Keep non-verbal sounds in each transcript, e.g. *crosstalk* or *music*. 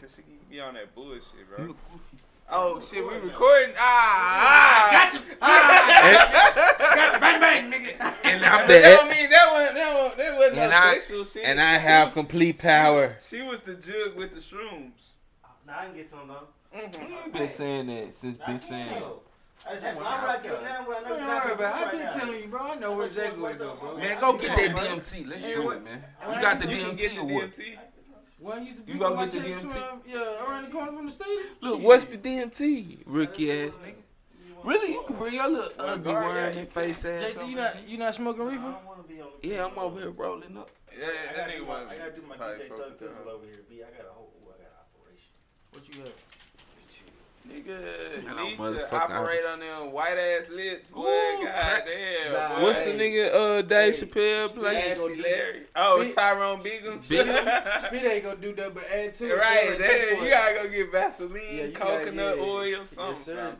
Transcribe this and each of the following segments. cause he be on that bullshit, bro. You oh shit, we recording? Ah, ah. Gotcha! Ah, gotcha! Bang bang, nigga! And I'm But that the, don't mean that one. That one. That wasn't and no I- sexual shit. and I She have was- complete she- power. She, was the jug with the shrooms. Now I can get some though. Been saying that since I been can, saying. it. though. I just have Come to on, know what I now, do now, what I know what Don't I worry do about it. right I've now. been telling you, bro. I know where Jacob would go, bro. Man, go get that DMT. Let's Yeah, do what- it, man. When You I got the used- you can get DMT the award. DMT. Well, I used to You be gonna my get the checks DMT? from, yeah, around the corner from the stadium. Look, Shit. what's the DMT, rookie ass nigga? Really, you can bring your little ugly guard worm that. in face ass. JT, you over not here. you not smoking I reefer? don't want to be on the Yeah, I'm over here rolling up. Yeah, I that gotta do nigga my, was I gotta do my probably DJ fuck Thug with Thizzle that. over here, B. I got a whole, ooh, I got an operation. What you got? Nigga, Hello, need to motherfucker. operate on them white ass lips, boy. Ooh, God that- damn. nah. boy. What's the nigga? Uh, Dave Hey, Chappelle Spit ain't play. gonna Ashley do- Larry. Oh, Spit- Tyrone Biggums. *laughs* Spit- Spit ain't gonna do that, but add to it. Right, Like, that- this one. you gotta go get Vaseline, Yeah, you gotta coconut get- oil, something. Yes, sir. fam.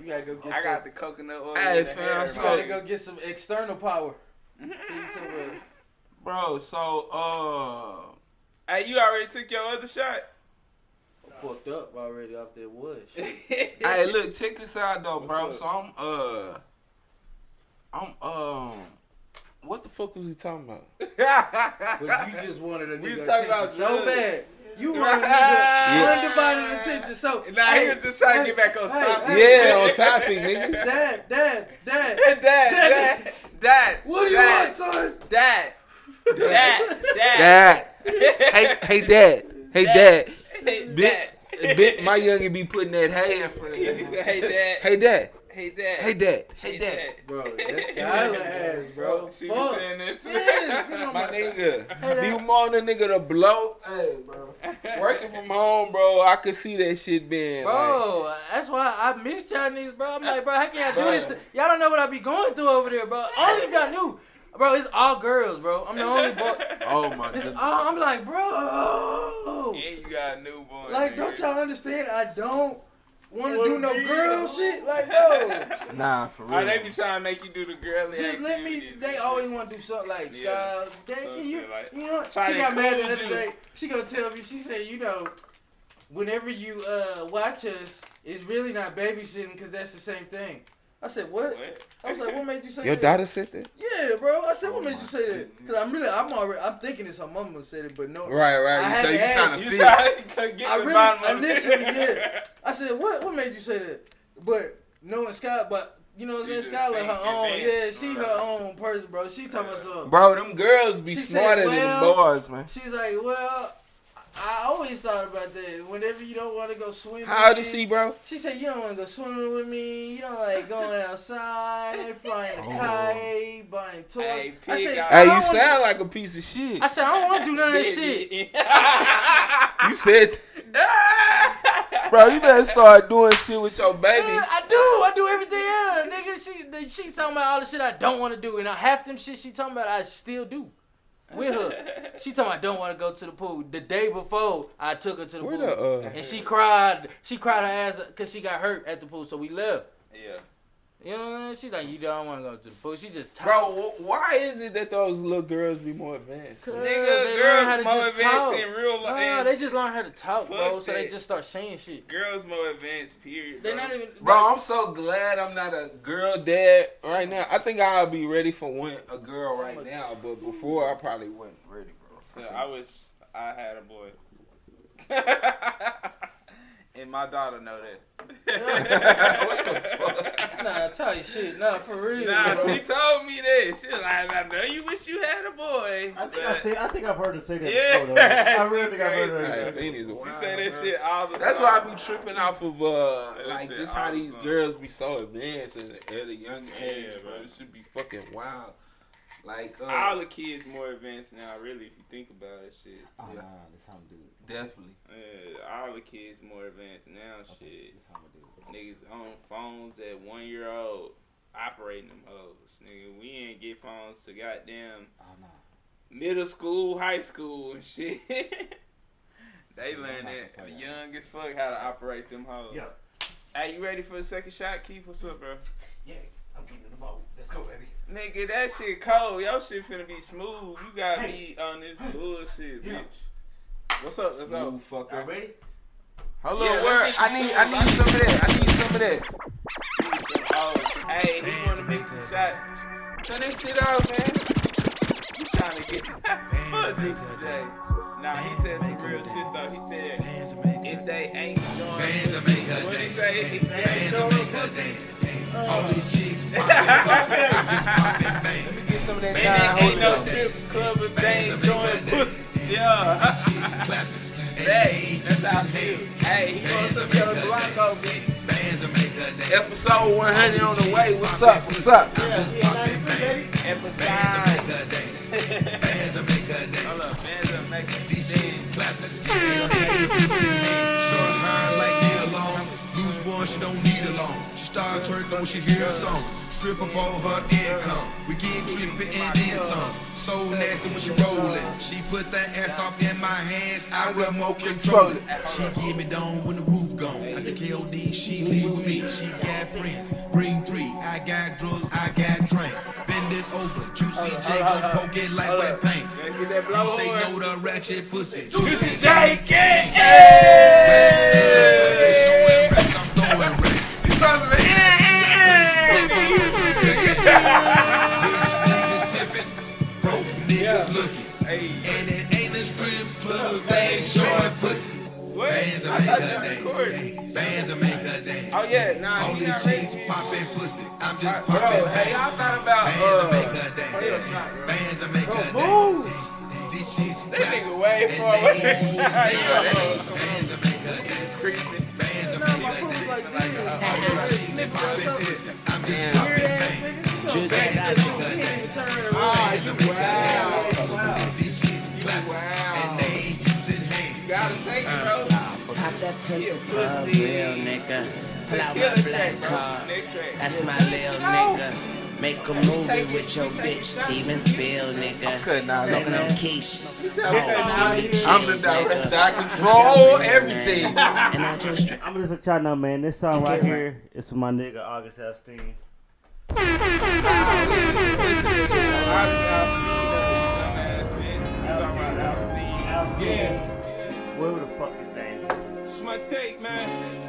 You gotta go get I some. got the coconut oil. Hey, in the fam, hair, so- You bro. gotta go get some *laughs* external power. Bro, so uh, Hey, you already took your other *laughs* shot. Fucked up already off that wood. hey, look, check this out though, bro. What's So I'm uh, I'm um, what the fuck was he talking about? But you just wanted a We nigga talking attention about so drugs. bad. *laughs* You Right. wanted a nigga Yeah. undivided attention. So Nah, he was just trying to get back on hey, topic. hey. Yeah, on *laughs* topic, nigga. Dad, dad, dad. Dad, dad, dad. What do you dad, want, *laughs* son? Dad, dad, dad. *laughs* Dad, hey, hey, dad, hey, Dad. dad. Hey, Bit, dad. bit, my youngin be putting that hay in front *laughs* of Hey, him. dad. Hey, Hey, dad, dad. hey, dad, hey, dad. Bro, that's Skylar ass, bro. She was Fuck. saying this. *laughs* My nigga, Hey, be Dad. wanting a nigga to blow. Hey, bro. Working from home, bro, I could see that shit being like. Bro, that's why I miss y'all niggas, bro. I'm like, bro, how can I do Bro. this? To, y'all don't know what I be going through over there, bro. Only if y'all knew. Bro, it's all girls, bro. I'm the only boy. *laughs* Oh my It's all, goodness. I'm like, bro. And you got a newborn. Like, nigga. don't y'all understand? I don't want to Wanna do no be- girl shit. *laughs* Like, no. Nah, for Oh, they be trying to make you do the girl. Just let me. They always want to do something like, Sky, Yeah. Dad, Some can you? shit like- you know, Try she to got mad the encourage other you. day. She gonna tell me. She said, you know, whenever you uh watch us, it's really not babysitting because that's the same thing. I said, what? What? I was like, what made you say Your that? daughter said that? Yeah, bro. I said, Oh what made my you say that? Because I'm really, I'm already, I'm thinking it's her mama said it, but no. Right, I right. So had you to trying ask. to You fix try to get to the I really- bottom of it. *laughs* initially, yeah. I said, what? What made you say that? But knowing Sky, but you know what I'm She saying? just Sky like her think own. Yeah, advanced, she right. her own person, bro. She talking about something. Bro, them girls be She said, smarter "Well, than boys, man. She's like, well, I always thought about that. Whenever you don't want to go swimming. How old is she, bro? She said, you don't want to go swimming with me. You don't *laughs* like going outside, flying a Oh. kite, buying toys. Hey, I said, pig, "Sky, Hey, I you don't wanna- sound like a piece of shit. I said, I don't want to do *laughs* none of that shit. *laughs* shit. You said, bro, you better start doing shit with your baby. Yeah, I do. I do everything else, nigga. She the- she talking about all the shit I don't want to do, and I half them shit she talking about I still do with her. She talking about I don't want to go to the pool. The day before I took her to the Where pool, the uh? and she cried. She cried her ass because she got hurt at the pool, so we left. yeah. You know what I mean? She like you don't want to go to the pool. She just talk. Bro, wh- why is it that those little girls be more advanced? Cause Nigga, they learn how girls to more just talk. advanced in real life. Nah, they just learn how to talk, bro. Fuck So they that. just start saying shit. Girls more advanced, period. They Bro. not even. Bro, I'm so glad I'm not a girl dad right now. I think I'll be ready for when a girl right now, but before I probably wasn't ready, So bro. I wish I had a boy. *laughs* and my daughter know that. *laughs* What the fuck? Nah, tell you shit. Nah, for real. *laughs* Nah, bro. she told me that. She was like, I know you wish you had a boy. I think but- I've seen, I think I've heard her say that Yeah. before. Though. I She really think I've heard her. crazy. say Hey, that. Phoenix, She wow, say that bro. shit all the That's time. why I be tripping off of uh Say that like shit just all how the these time. girls be so advanced at a- at a young age, Yeah, bro. bro. It should be fucking wild. Like uh, All the kids more advanced now, really, if you think about it, shit. Oh, Yeah. nah, this how I'm doing. it. definitely. Yeah, all the kids more advanced now, shit. This how I'm doing. it. Niggas on phones at one year old operating them hoes. Nigga, we ain't get phones to goddamn Oh no. middle school, high school, and shit. *laughs* they Yeah, learn I'm not that gonna play that. young as fuck how to operate them hoes. Yeah, Hey, you ready for the second shot, Keith? What's up, bro? yeah. I'm keeping the ball. Let's go, baby. Nigga, that shit cold. Your shit finna be smooth. You got me on this bullshit, Yeah. bitch. What's up? What's up? Move, fucker. Y'all ready? Hold Yeah, on, let's word. get some I need, I food. need some of that. I need some of that. Oh, hey, he want to make some shots. Turn that shit off, man. You trying to get fuck Juicy J. Nah, he said some real shit though. He said if they ain't doing what he say, if they ain't doing pussy. *laughs* Let me get some of that. Man, guy. ain't Hold no on. strip club if they ain't doing pussy. *laughs* Yeah. *laughs* That, that's how I feel. Hey, he going to your Blanco, bitch. Episode 100 on the way. What's up? What's up? Episode. Hold up, man's up, make a Short hair like get along. Lose one, she don't need a loan. She start twerking when she hear a song. Strip up all her income. We get trippin' and then some. So nasty when she rollin'. She put that ass off in my hands. I remote control it. She give me down when the roof gone. At the KOD, she leave with me. She got friends. Bring three. I got drugs. I got drink. Bend it over. Juicy J gon' poke it like wet paint. Let's get that You say blowhorn. no to ratchet pussy. Juicy J. Gang, Racks, gang. throwing racks, I'm throwing racks. Rich niggas tipping, broke niggas looking. And it ain't a strip club, they ain't showing pussy. What? Bands will I make thought her you recorded. dance. Bands will make her Oh dance. yeah, nah, All he these not chicks ready. popping pussy. I'm just Bro, popping hey, bands. y'all thought about Bands will make uh, her play a shot, dance. bro. Bands will make her Bro, dance. move. These chicks That clap, nigga way and far they *laughs* away. ain't using Yeah, bands. that Bands will make her dance. creepy. Bands will make her dance. I'm just popping bands. Ah, you wow. These chicks clap, and they ain't using hands. Gotta take it, bro. Pop that pussy, Yeah, up, pussy. real nigga. Pull out Kill my the black track, bro. card. Next track. That's my lil nigga. Make a movie with your bitch, Steven Spill, nigga. cutting out Smoking that. on quiche. out Oh, give me I'm the chills, nigga. director. I control What's your name, everything. man? And I just I'm gonna let y'all know, man. This song right Okay. here is for my nigga August Hastine. Yeah. Whatever the fuck his name is. It's my take, man.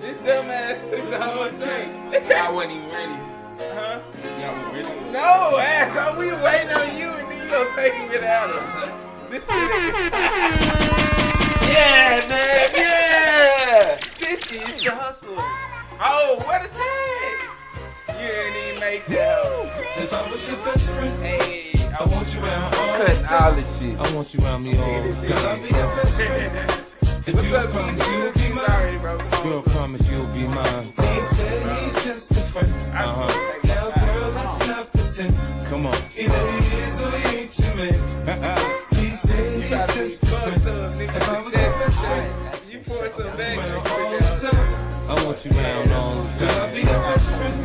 This dumbass took the whole take. I wasn't even ready. Huh? Y'all were ready. No, ass. We waiting on you, and then you gonna take it out of us. This shit. Yeah, man. Yeah. This shit is the hustle. Oh, what a tag! You ain't even make that. If I was your best friend, Hey, I want you around all the Cutting all time. this shit. I want you around me all the What's time. up, If I What's up, promise you'll Pete? be mine, Sorry, bro. girl, promise you'll be mine. He said he's just a friend. Uh huh. Now, girl, let's not pretend. Come on. Either he is or he ain't your man. He said he's just a friend. If I was your best friend, You pour some I'd back. be around all nigga. the time. I want you around all the time. I'll be your best friend.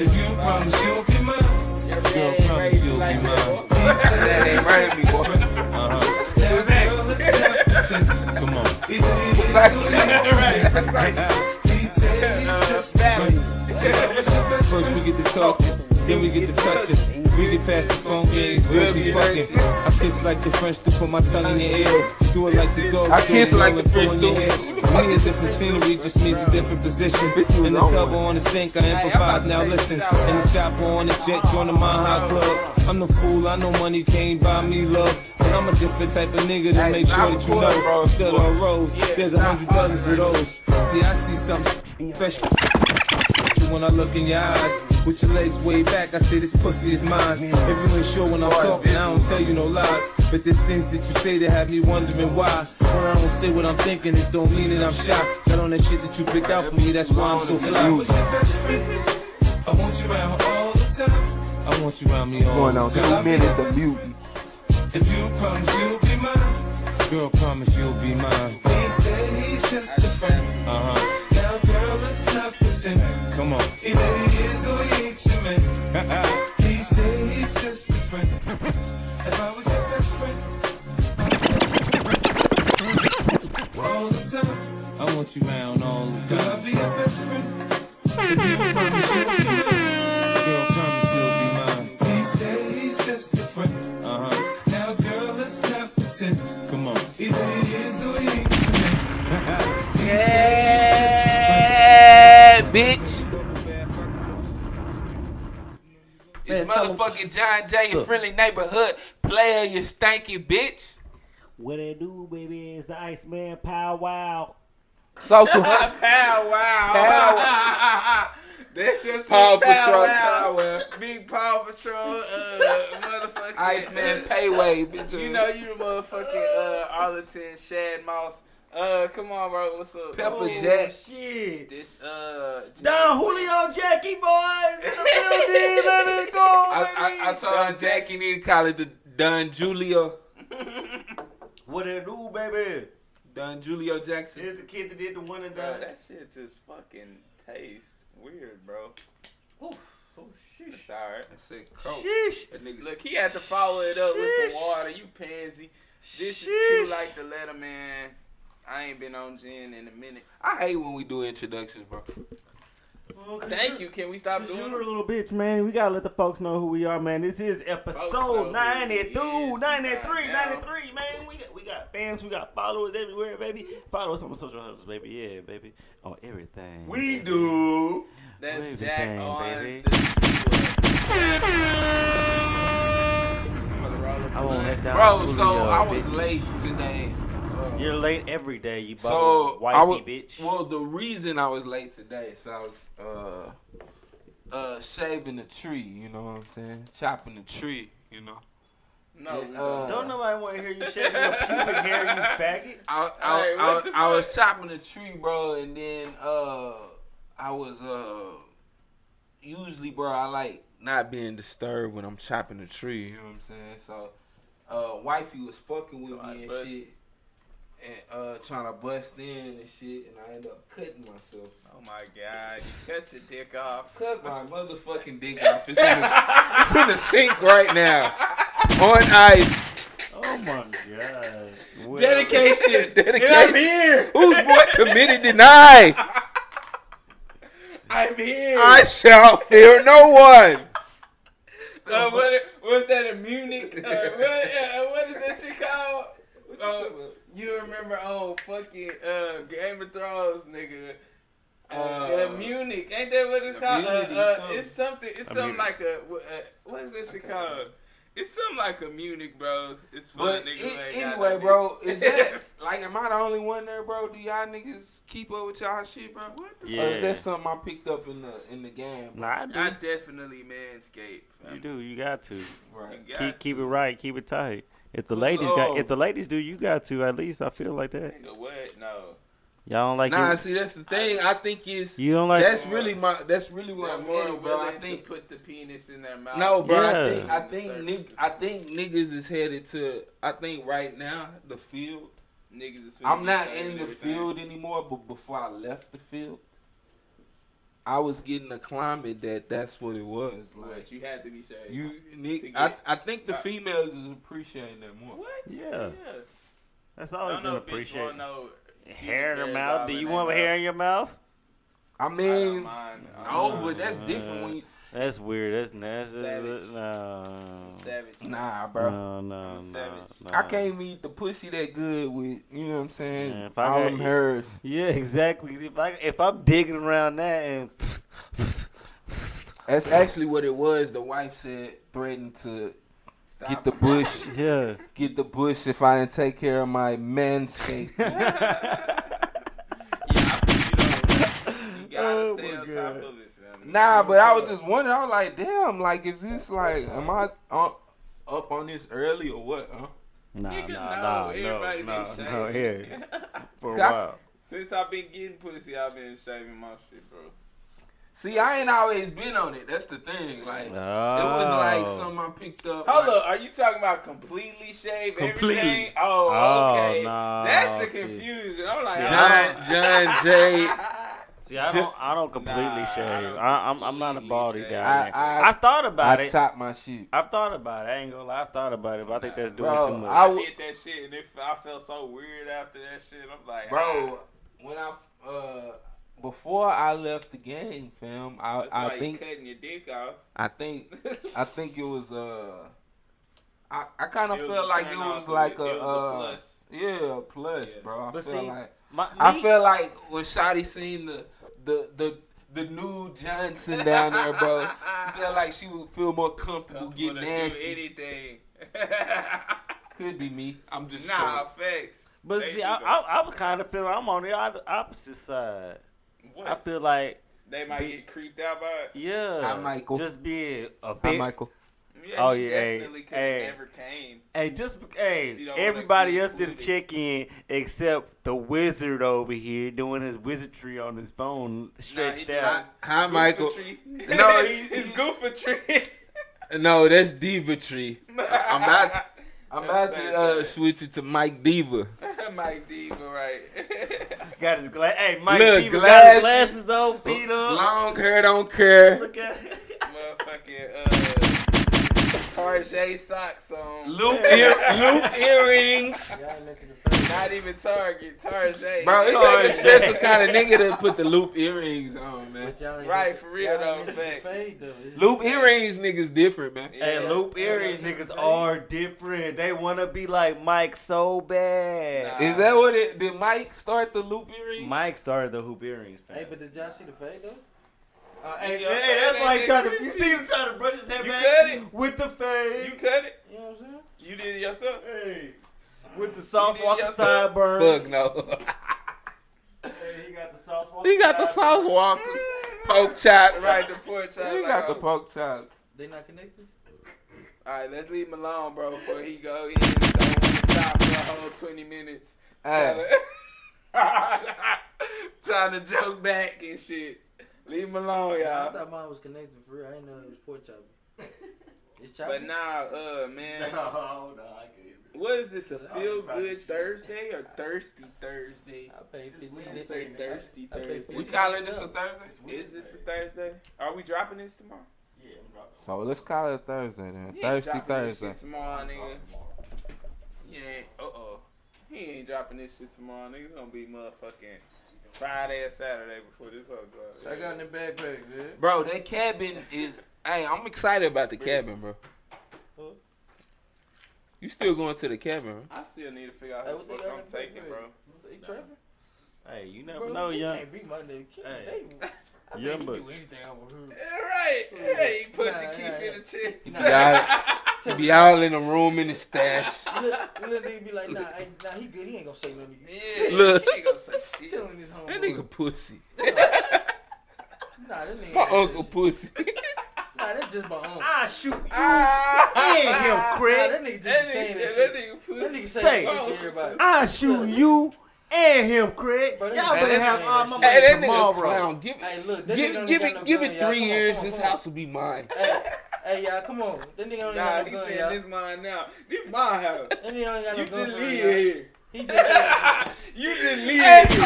If you promise you'll be mine, girl, promise you'll be mine. He said That ain't right he's just a anymore. friend. Uh huh. Now, girl, let's not pretend. Come on. Either he is or he ain't your man. He said he's just a friend. First we get to talking, then we get to touching. We get past the phone games, we'll be fucking. I kiss like the French to put my tongue in your ear. Do it like the dog. I do kiss it like the rolling through French in your do. hair. To me, a different scenery just means a different position. you In the wrong tub with or on the sink, I improvise. Now listen. In the chopper on the jet, join the Maha Club. I'm the fool, I know money can't buy me love. But I'm a different type of nigga to make sure that you know. Still on roads, there's a hundred dozens of those. See, I see something special. When I look in your eyes, with your legs way back, I say this pussy is mine. If you ain't sure when I'm talking, I don't tell you no lies. But there's things that you say that have me wondering why. When I don't say what I'm thinking, it don't mean that I'm shy. Got on that shit that you picked out for me, that's why I'm so I fly. was your best friend. I want you around all the time. I want you around me all Going the on two time. minutes of beauty. If you promise you'll be mine, girl, promise you'll be mine. He said he's just a friend. Uh huh. Now, Uh-huh. girl, let's not pretend. Come on. Either he is or he ain't your *laughs* man. He said he's just a friend. If I was your best friend. All the time, I want you around all the girl, I'll time. be your best friend. Girl, promise you'll be He said he's just a friend. mine. Uh huh. Now, girl, let's not pretend. Come on. Either he is or he ain't your man. He bitch. This Man, tell 'em- motherfucking John Jay, your friendly neighborhood player, you stanky bitch. What it do, baby? It's the Iceman Pow Wow. Social Pow wow. That's your shit. Paw Pow Patrol wow. Power. Big Paw Patrol, uh, motherfucking Iceman uh, *laughs* Payway, bitch. You know you the motherfucking uh, Arlington Shad Moss. Uh, come on, bro. What's up? Pepper Ooh, Jack. Oh, Shit. This uh. Don Julio Jackie boys in *laughs* the building. Let it go, I, I, I baby. told him Jackie need to call it the Don Julio. What it do, baby? Don Julio Jackson. It's the kid that did the one and Bro, done. that shit just fucking taste weird, bro. Oh, shit. It's alright. I said coke. Sheesh. That nigga Look, he had to follow it up with some Sheesh. water. You pansy. This is Sheesh. cute like the letter, man. I ain't been on gin in a minute. I hate when we do introductions, bro. Oh, 'cause Thank you- you. Can we stop 'cause doing You're a it? little bitch, man. We gotta let the folks know who we are, man. This is know who episode we 92, is 93, right now. 93, man. We got, we got fans, we got followers everywhere, baby. Follow us on the social hustles, baby. Yeah, baby. On everything. baby. do. Wave That's the Jack Oh, thing, on baby. the Motorola I won't Blunt. let down. Bro, Julio, so I was bitch. late today. You're late every day, you So bubble I was, wifey bitch. well, the reason I was late today, so I was uh uh shaving the tree. You know what I'm saying? Chopping the tree. You know. No, Yeah, Oh, no. uh, Don't nobody want to hear you shaving your pubic *laughs* hair, you faggot. I I, Hey, I, what the I was fuck? chopping a tree, bro, and then uh I was uh usually, bro, I like not being disturbed when I'm chopping a tree. You know what I'm saying? So, uh, wifey was fucking So with I me and busted. shit, and uh trying to bust in and shit, and I end up cutting myself. Oh my god, you cut your dick *laughs* off. Cut my motherfucking dick off. It's in the, it's in the sink right now. On ice. Oh my god. Well, Dedication. Dedication. I'm here. Who's more committed than I? I'm here. I shall fear no one. Oh, uh, what, what's that in Munich? *laughs* Uh, what, uh, what is that shit called? Uh, you remember on fucking uh, Game of Thrones, nigga. Uh, Uh, uh, Munich, ain't that what it's called? Uh, immunity, uh, something. it's something. It's something like a. wh- Uh, what is that shit called? It's something like a Munich, bro. It's for But nigga. it- who ain't got anyway, no bro, dick. *laughs* is *laughs* that like am I the only one there, bro? Do y'all niggas keep up with y'all shit, bro? What the Or Oh, is Yeah. that something I picked up in the in the game? Nah, I do. I definitely manscape. you do. You got to Right. You got keep keep it right. Keep it tight. If the ladies Oh. got, if the ladies do, you got to. At least I feel like that. Nigga, what? No. Y'all don't like Nah, it. see that's the thing. I think it's You don't like. that's really my that's really where They're I'm more headed, bro. I willing think to put the penis in their mouth. no, bro. Yeah. I think I think nig- I think niggas is headed to. I think right now the field. niggas is. finna I'm be not saying in the everything. field anymore, but before I left the field, I was getting a climate that that's what it was like. What you had to be shaved. You, to Nick, I, get- I think the Sorry. females is appreciating that more. what? Yeah. That's I always don't been know. Appreciate. appreciated. Bitch, no, Hair in hair your mouth. bob Do in you their want mouth. hair in your mouth? I I don't mean, mind. I don't no, mind. but that's different when you, That's weird. That's nasty. Savage. No. savage. nah, bro. No, no, I'm no, savage. no. I can't eat the pussy that good with you know what I'm saying. Man, if I All got- them hers. *laughs* Yeah, exactly. If I if I'm digging around that and *laughs* That's actually what it was. The wife said threatened to Stop. get the bush, *laughs* yeah, get the bush if I didn't take care of my *laughs* manscaping. Yeah, I put it on. *laughs* You gotta Oh, stay my on God. top of it, fam. nah, but I was just wondering. I was like, damn, like is this like am I on, up on this early or what? Huh? nah, Nigga, nah, no, nah, no, everybody no, been no, shaved. yeah, for a Got- while. *laughs* Since I've been getting pussy, I've been shaving my shit, bro. See, I ain't always been on it. That's the thing. Like. It was like Oh. something I picked up. Hold like- up, are you talking about completely shave Completely. everything? Oh, Oh, okay. no, That's the see. confusion. I'm like, See, oh. John, *laughs* John Jay. See, I don't, I don't completely Nah, I shave. don't I, I'm, I'm not a completely baldy shave. down I- there. I- I, have thought about I it. chopped my shit. I've thought about it. I ain't gonna lie. I've thought about it, but I think that's doing Bro, too *laughs* much. I I w- did that shit and it, I felt so weird after that shit. I'm like, Bro, when I uh before I left the game, fam, I ah, That's why I you think cutting your dick off. *laughs* I think I think it was uh I I kind of It was felt a like it turn was off, like it a, was- it was a uh plus. yeah a plus, bro. I But felt see, like My, I me- felt like when Shotty seen the the the the new Johnson down there, bro. *laughs* Felt like she would feel more comfortable, Comfortable *laughs* getting to nasty. do *laughs* anything. Could be me. I'm just nah, trolling. facts. But There see, you I, go. I, I'm kind of feeling I'm on the other- opposite side. I What? feel like, They might Be- get creeped out by it. yeah, Hi, Michael. just being a Hi, big. Michael. Oh, he yeah, hey, definitely could hey. never came. Hey, just be- hey, She don't wanna everybody keep else did a moving. check in except the wizard over here doing his wizardry on his phone, stretched did out. not. Hi, Michael. no, *laughs* No, he- it's he- Goofa Tree. No, that's Diva Tree. I'm not. I'm That's about to bad. uh, switch it to Mike Diva. *laughs* Mike D, but right. *laughs* Got his glass. Hey, Mike, Look, Diva got his glasses. glasses on, feet up. Long hair, don't care. Look at Motherfucking uh, Tarjay socks on. Loop, ear, *laughs* loop earrings. Not even Target, Tarjay. Bro, it Sorry, take a special kind of nigga to put the loop earrings on, man. Right, for real though, fact. Loop earrings niggas different, man. Yeah. Hey, loop earrings niggas are different. They wanna be like Mike so bad. Nah. Is that what it did Mike start the loop earrings? Mike started the hoop earrings. Fam. Hey, but did y'all see the fade though? hey, Uh, yo, hey, that's that why he nigga tried to. Chrissy. You see him trying to brush his head You cut back it. with the fade. You cut it. You know what I'm saying? You did it yourself. Hey, with the did soft the yourself. Fuck sideburns. no. *laughs* Hey, he got the sauce. he got the *laughs* sauce walkers, poke chops. Right, the poor child. He like, got the oh, poke chops. They not connected? All right, let's leave him alone, bro, before he go in. Don't want to stop for a whole 20 minutes. Hey. Trying *laughs* to, trying to joke back and shit. Leave him alone, Nah, I y'all. thought mine was connected for real. I didn't know it was pork chopping. It's But chopping. nah, uh, *laughs* man. Oh, no, I can't. What is this, a feel good Thursday or thirsty Thursday? I paid fifteen. They say thirsty I paid Thursday. We 15 calling this a Thursday? Is this a Thursday? Are we dropping this tomorrow? So let's call it a Thursday then. He ain't Thirsty dropping this Thursday. shit tomorrow, nigga. Yeah, uh oh. He ain't dropping this shit tomorrow, nigga. It's gonna be motherfucking Friday or Saturday before this whole go. I got in the backpack, man. Bro, that cabin is. hey, I'm excited about the cabin, bro. You still going to the cabin, bro? I still need to figure out Hey, who what the they fuck got I'm in the taking, bro. background? He trapping? Hey, you never Bro, know, you young. can't beat my nigga. Keith. Hey. They, I mean, Young he buck. do anything over here. Right. Hey, you put Nah, your nah, keep nah. in the chest. You be *laughs* all, you be all in the room in the stash. Look, look, nigga be like, nah, I, nah, he good. He ain't gonna say nothing to you. Yeah. Look. He ain't gonna say shit. Tell him his homeboy. That nigga pussy. Nah, that nigga. My ain't uncle shit. pussy. Nah, that's just my uncle. I shoot you and him, Ah, Nah, Craig. that nigga just That be saying that nigga, that shit. nigga That pussy. nigga Say say that shit it. to everybody. I shoot you and him, Craig. Bro, Y'all that nigga- better that have nigga all ain't my shit. money Hey, that nigga tomorrow. clown. Give Hey, look, that nigga Give, don't give got no it, give gun, it y'all. three Come on, years. come on, This come on. house will be mine. Hey, hey, y'all, come on. That nigga don't Nah, got no he gun, saying y'all. this mine now. This my house. That nigga don't got no You gun. just for real, leave y'all. here. He just said that shit. You just leave hey, here.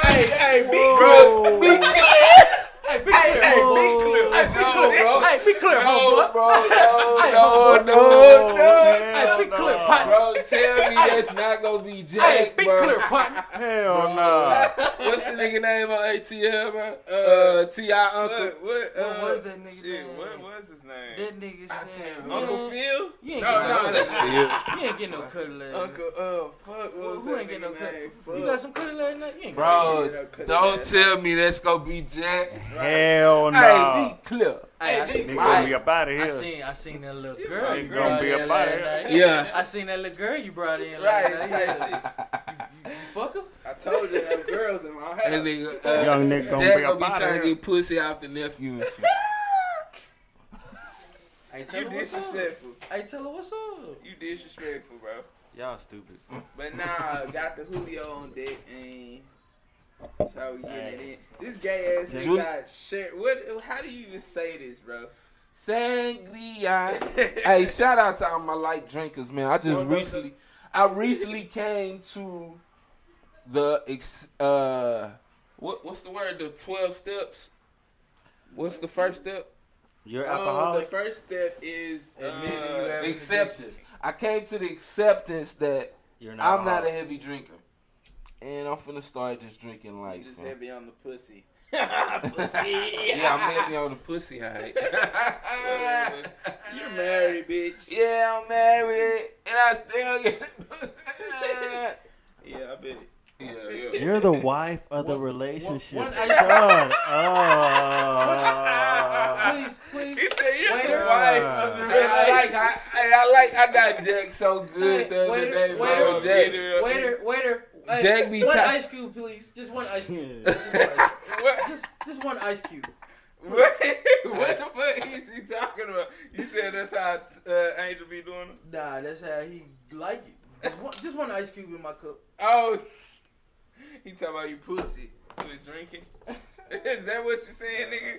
Hey, hey, be Whoa. clear. Be Hey, be Hey, clear, hey, be homeboy. clear. Hey, be No, clear, bro. Hey, be clear, No, homeboy. bro, no, *laughs* Hey, no, homeboy. no, no. Hey, be Hell clear, no. partner. Bro, tell me that's not gonna be Hey, Jack, be bro. clear, partner. Hell no. What's the nigga name on ATL, bro? Uh, Uh, T.I. Uncle. What, what, uh, What was that nigga Shit, name? what was his name? That nigga said, Uncle man, Phil? You ain't No, no, getting that- no, you ain't getting no cutting last night. Uncle, uh, fuck, what Who was who that ain't getting no nigga cutting? name? You got some cutting last night? You ain't Bro, don't tell me that's gonna be Jack. Hell Hey, be no. clear. Hey, I Nigga seen, gonna be up out of I here. seen, I seen that little girl. Nigga you gonna brought be in up last outta here. night. Yeah. I seen that little girl you brought in last Right, night. that shit. You fuck her? I told you there were girls in my house. That nigga, uh, Young nigga gonna Jack be gonna up be out trying of to here. get pussy off the nephew. and shit. Hey, tell You her what's up. disrespectful. Hey, tell her what's up. You disrespectful, bro. Y'all stupid. But nah, got the Julio on deck and that's how we getting it in. This gay ass nigga Jul- got shit. What? How do you even say this, bro? *laughs* Sangria. hey, shout out to all my light drinkers, man. I just What about recently, I recently came to the ex, uh, what what's the word? The twelve steps. What's the first step? You're Um, the alcoholic. first step is uh, Admit that you have- Acceptance. I came to the acceptance that You're not. I'm not a alcoholic. heavy drinker, and I'm finna start just drinking you like. just man. heavy on the *laughs* *laughs* pussy. Yeah, I'm heavy on the pussy *laughs* high. Whatever. You're married, bitch. *laughs* yeah, I'm married, and I still get. *laughs* Yeah, I bet it. *laughs* You're the wife of the relationship. what- Shut up. Please, please. He said, "You're Waiter. the wife of the Hey, I relationship." like, I, hey, I like, I got Jack so good the other Waiter, day, bro. waiter, Jack, Waiter, waiter. Hey, Jack be one top- ice cube, please. Just one ice cube. Just one ice cube. What, Just, just one ice cube. what, *laughs* what the fuck is he talking about? You said that's how uh, Angel be doing it? Nah, that's how he like it. Just one, just one ice cube in my cup. Oh, he talking about you pussy. You was drinking. is that what you saying, nigga?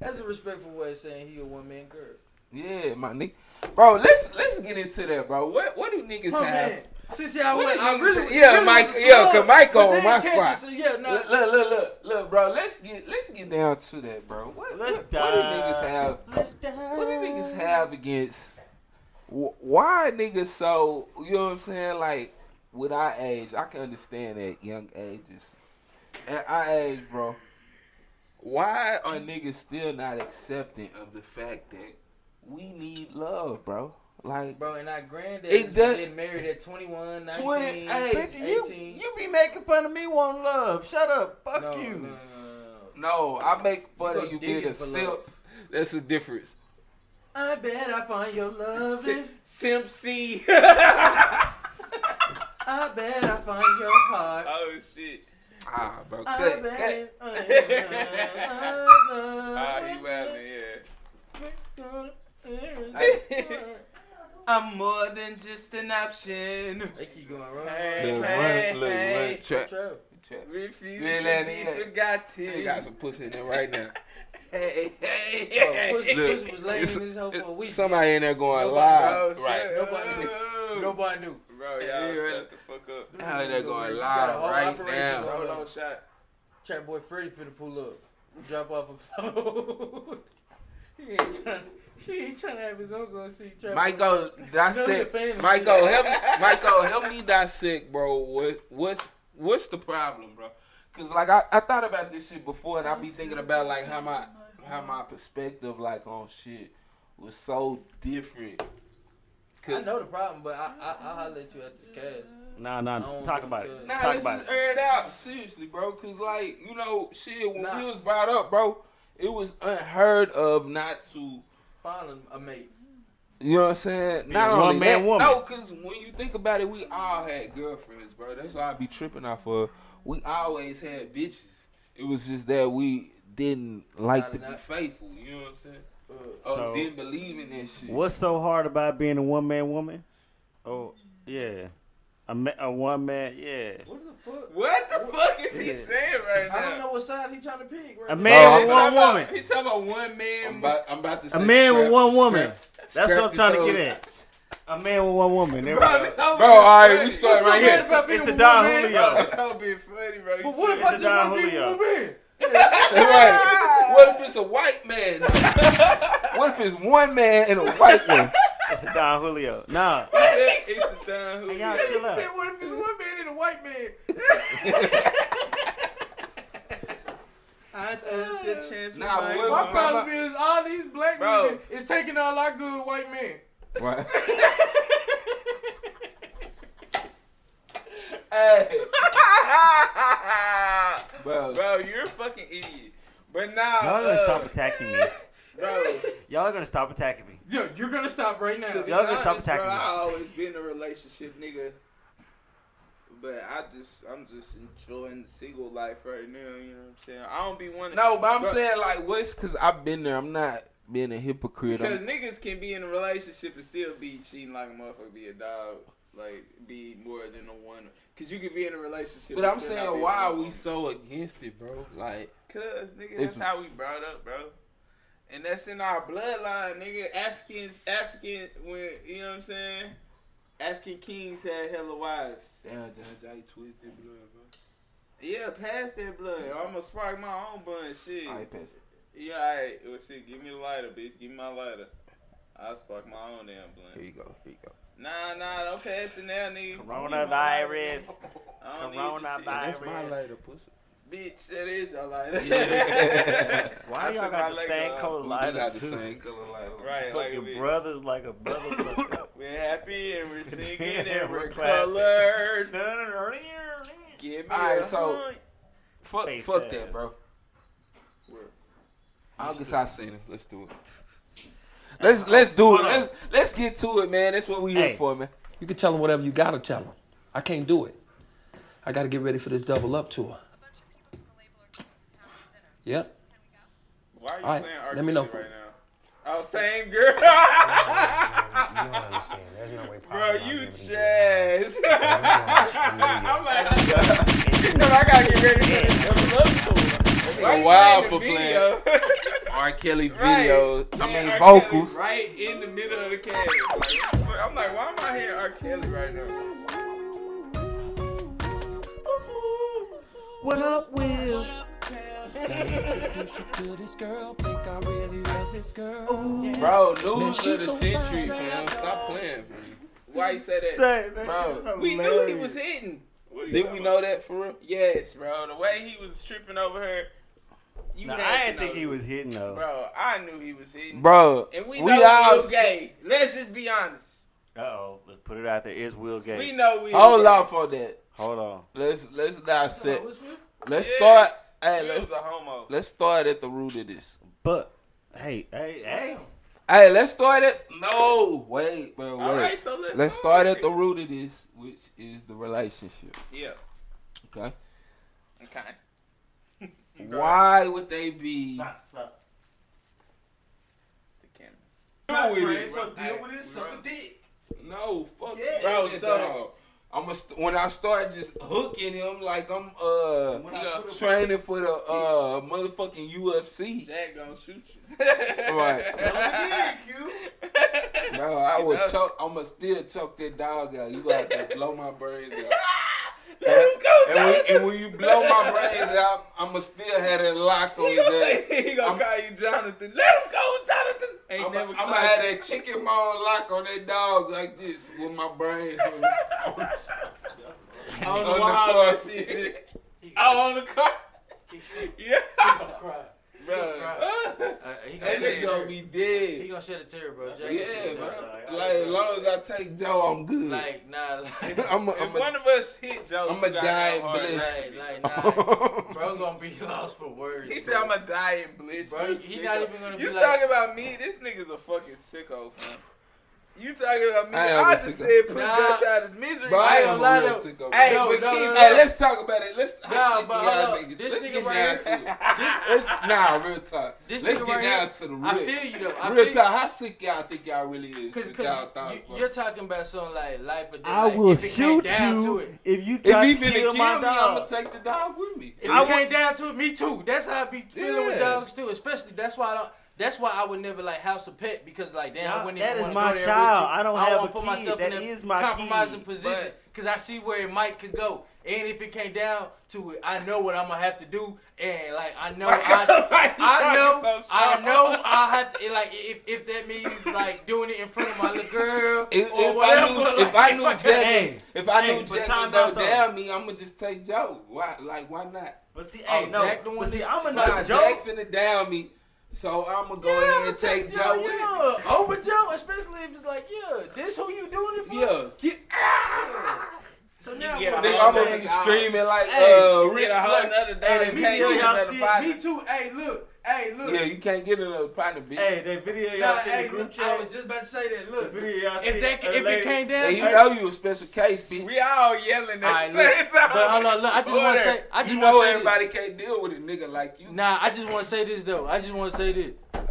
That's a respectful way of saying he a one man girl. yeah, my nigga, bro. Let's let's get into that, bro. What what do niggas Oh, My have? man, since y'all What went, the I niggas- really, yeah, really Mike- was a yeah, slug, 'cause Mike but on they my catch it, squad. So yeah, no, Look, look, look, look, look, bro. Let's get let's get down to that, bro. What Let's what, what do niggas die. have? Let's die. What do niggas have against? wh- Why niggas so? You know what I'm saying? Like with our age, I can understand at young ages. At our age, bro, why are niggas still not accepting of the fact that we need love, bro? Like bro. And our granddad It was does- getting married at 21, 19, 20 hey, Bitch, you 18. you be making fun of me wanting love. Shut up. Fuck no, you. No, no, no, no. No, I make fun Look, of you dig being a it for love. simp. That's the difference. I bet I find your love. in- Simp C. I bet I find your heart. oh shit. *laughs* Ah, bro. I Cut, cut. bet I Ah, you wildin', yeah. I'm more than just an option. They keep going wrong. Hey, Look, hey, one- look, hey. one trap. Trap. trap. Refuse Yeah, to that be nigga. They *laughs* got forgotten. some pussy in there right now. Hey, hey, Bro, Pussy Look, Pussy was laying it's- in this hoe for a week. Somebody in there going Nobody- live. Bro, right. shut Nobody- up. Nobody knew. Bro, y'all Yeah, right. shut the fuck up. How they going You got live a whole right operation now. on- Hold on, shot. Trap boy Freddy finna pull up. Drop off a float. *laughs* he ain't tryna. He ain't tryna have his own go see Trap. Boy. Michael None of dissect. the famous Michael shit. help. *laughs* Michael help me dissect, bro. What what's what's the problem, bro? Cause like I, I thought about this shit before, and I be thinking about like how my how my perspective like on shit was so different. I know the problem, but I I I'll holler at you after the cast. Nah, nah. don't Talk do about that. it. Nah, Talk this about is it. aired out seriously, bro. Cause like you know, shit. When Nah. we was brought up, bro, it was unheard of not to. Find a- a mate. You know what I'm saying? Not a only one-man that, woman. No, cause when you think about it, we all had girlfriends, bro. That's why I be tripping off of. We always had bitches. It was just that we didn't like Not to be enough. faithful. You know what I'm saying? Uh, Or So- didn't believe in that shit. *laughs* What's so hard about being a one man woman? Oh, yeah. A, ma- a one man, yeah. what the fuck? What the fuck is he Yeah. saying right now? I don't know what side he trying to pick. Right A now. man No, with He talking one about- woman. He talking about one man. I'm about, I'm about to say A man with scrap- one woman. scrap- That's scrap what I'm trying to the get code. at. A man with one woman. There we Bro, go. this hoe Bro, being all right, we funny. start What's so right bad here. about being It's a one Don man? Bro, Julio. this hoe being funny, bro. But what if It's I a just Don want to be Julio. one man? Right. *laughs* What if it's a white *laughs* man? what if it's one man and a white one? It's a Don Julio. Nah. It's the time who Hey, y'all is. chill out. Say what if it's one man and a white man? I took the chance. Nah, but what if *laughs* My I'm problem talking is all these black Bro. women is taking all our good white men. *laughs* about? hey, bro. Bro, you're a fucking idiot. But now, Y'all uh, gonna stop attacking me. bro. Y'all gonna stop attacking me. Yo, you're gonna stop right now. To be Y'all gonna stop honest, attacking bro, me. I always been a relationship nigga, but I just I'm just enjoying the single life right now. You know what I'm saying? I don't be one. of- No, but I'm Bro, saying like what's because I've been there. I'm not being a hypocrite. because I'm, niggas can be in a relationship and still be cheating like a motherfucker, be a dog, like be more than a one. Because you could be in a relationship. but I'm saying why are we so against it, bro? Like Because nigga, It's- that's how we brought up, bro. And that's in our bloodline, nigga. Africans, African, when you know what I'm saying. African kings had hella wives. damn, John Jay twisted blood, bro. Yeah, pass that blood. I'm gonna spark my own bun. Shit. All right, pass it. Yeah, alright. Well, shit, give me the lighter, bitch. Give me my lighter. I'll spark my own damn Here blunt. you go. Here you go. Nah, nah, don't pass it now, nigga. Coronavirus. I don't need your shit. Coronavirus. That's my lighter pussy. Bitch, that is your lighter. *laughs* Why I y'all took got my the leg same off. color We do lighter got the too? same color lighter. Right, like a Fucking bitch. brothers like a brother. *laughs* We're happy and we're singing and We're we're clapping. colored. Give me All right, a so- hunt. Fuck, Face fuck that, ass. bro. Where? I guess I seen it. Let's do it. Let's let's do it. Hold on. Let's let's get to it, man. That's what we here Hey. for, man. You can tell them whatever you gotta tell them. I can't do it. I gotta get ready for this double up tour. Yep. Why are you All right, playing R. let me Kelly know. right now? Oh, same girl. You don't understand. There's no way Bro, possible. you jack. trash. I'm like, *laughs* you know, I gotta get ready for this double up tour. Why you wild playing the for video? R. Kelly Right. videos. *laughs* I Yeah, mean R. Kelly vocals. right in the middle of the cast. Like, I'm like, why am I hearing R. Kelly right now? What up, Will? Introduce you to this girl. Think I really love this girl. Bro, news of the she's so century, fine. fam. Stop playing, man. Why you say that? Say that Bro, shit we knew he was hitting. What are you Did talking we about? know that for real? Yes, bro. The way he was tripping over her, you Nah, had I to didn't think know. he was hitting though. Bro, I knew he was hitting. Bro, and we, we know all Will gay. Let's just be honest. Uh oh, let's put it out there. It's Will We Gates. know we. hold off on that. Hold on. Let's let's dissect. Let's Yes. start. Hey, He let's was a homo. let's start at the root of this. But hey, hey, hey. Hey, let's start at no wait, bro, wait. All right, so let's let's start at the root of this, which is the relationship. Yeah. Okay, Okay. why would they be? The camera. Deal with it. So deal with it. Suck a dick. No, fuck, Yeah, bro. it's So I'm a, st- when I start just hooking him like I'm uh When I put training for the uh motherfucking UFC. Jack gonna shoot you. *laughs* Right. Tell *laughs* No, I would know? choke. I'ma still choke that dog out. You got to blow my brains out. Let him go, And when, Johnson. and when you blow my brains out, I'ma still have that lock *laughs* on He gonna his ass. say he gonna I'm- call you Jonathan. Let him go, Jonathan. Ain't I'm never gonna called have you. that chicken bone lock on that dog like this with my brains on, *laughs* on, *laughs* on on the the wall and floor. *laughs* shit. Oh, on the car. Yeah. Bruh. Uh, he gonna That shed nigga a gonna tear. be He dead. gonna shed a tear, bro. Jack gonna shed Yeah, a bro. tear. Like as long as I take Joe, I'm good. *laughs* Like nah, like, I'm a, If I'm one a, of us hit Joe, I'ma two guys go die in hard, bliss. right? like, like *laughs* nah. Bro gonna be lost for words. He said bro. I'm a die in bliss. Bro, you he sicko. not even gonna You be talking like- about me? This nigga's a fucking sicko, fam. You talking about me? I am I, a just sicko. said put Nah. Gus out of his misery. Bro, I *laughs* ain't am gonna a real lie, though. sicko. Hey, Hey, no, but no, Keith, no, no. hey, let's talk about it. Let's I Nah, sick but of hold y'all up. niggas. This let's nigga get right down here- *laughs* to it. This, let's, nah, real talk. This let's nigga get right down here- to the real. I feel you though. I real feel talk. How sick y'all think y'all really is? Cause, with y'all cause thoughts, you, bro? you're talking about something like life or death. I like, will if it came shoot down to you it. if you If try he to finna kill, kill me, my I'ma dog. take the dog with me. If I it came would- down to it, me too. That's how I be feeling with Yeah. dogs too. Especially that's why I don't. That's why I would never like house a pet because like damn, I Y'all- wouldn't that even is wanna my go there with child. you. I don't I have wanna a put kid. myself That in a is my compromising kid. position But- because I see where it might could go. And if it came down to it, I know what I'm gonna have to do. And like I *laughs* know, Why I, you I know, talking so I strong? know, I have to. Like if if that means like doing it in front of my little girl If, or if I whatever. knew, like, if I knew fuck Jack, that. Hey, if I knew hey, but Jack time was gonna out, though. damn me, I'ma just take Joe. Why? Like, why not? But see, Oh, hey, no. Jack the one but see, that's- I'm Nah, another Jack joke. finna down me, so I'ma go Yeah, in I'ma and take, take Joe Joe, with me. yeah. Over Joe, especially if it's like, yeah, this who you doing it for? Yeah, get, So now Oh, Yeah. what? nigga, I'm I'm saying- gonna be screaming like Hey, uh, We Rick had a whole Flair. nother Hey, dog. that You video can't get y'all another see- body. Me too. Hey, look. Hey, look. Yeah, you can't get another partner, bitch. Hey, that video y'all Nah, see in hey, the group look, I was chat. just about to say that. The Look, video y'all see. if that a if lady- it came down, Hey, you to- know you a special case, bitch. We all yelling All at right, the same look, time. but hold on, look. I just want to Order. say, I just You want know to say everybody can't deal with a nigga like you. This. Nah, I just want to say this though. I just want to say this.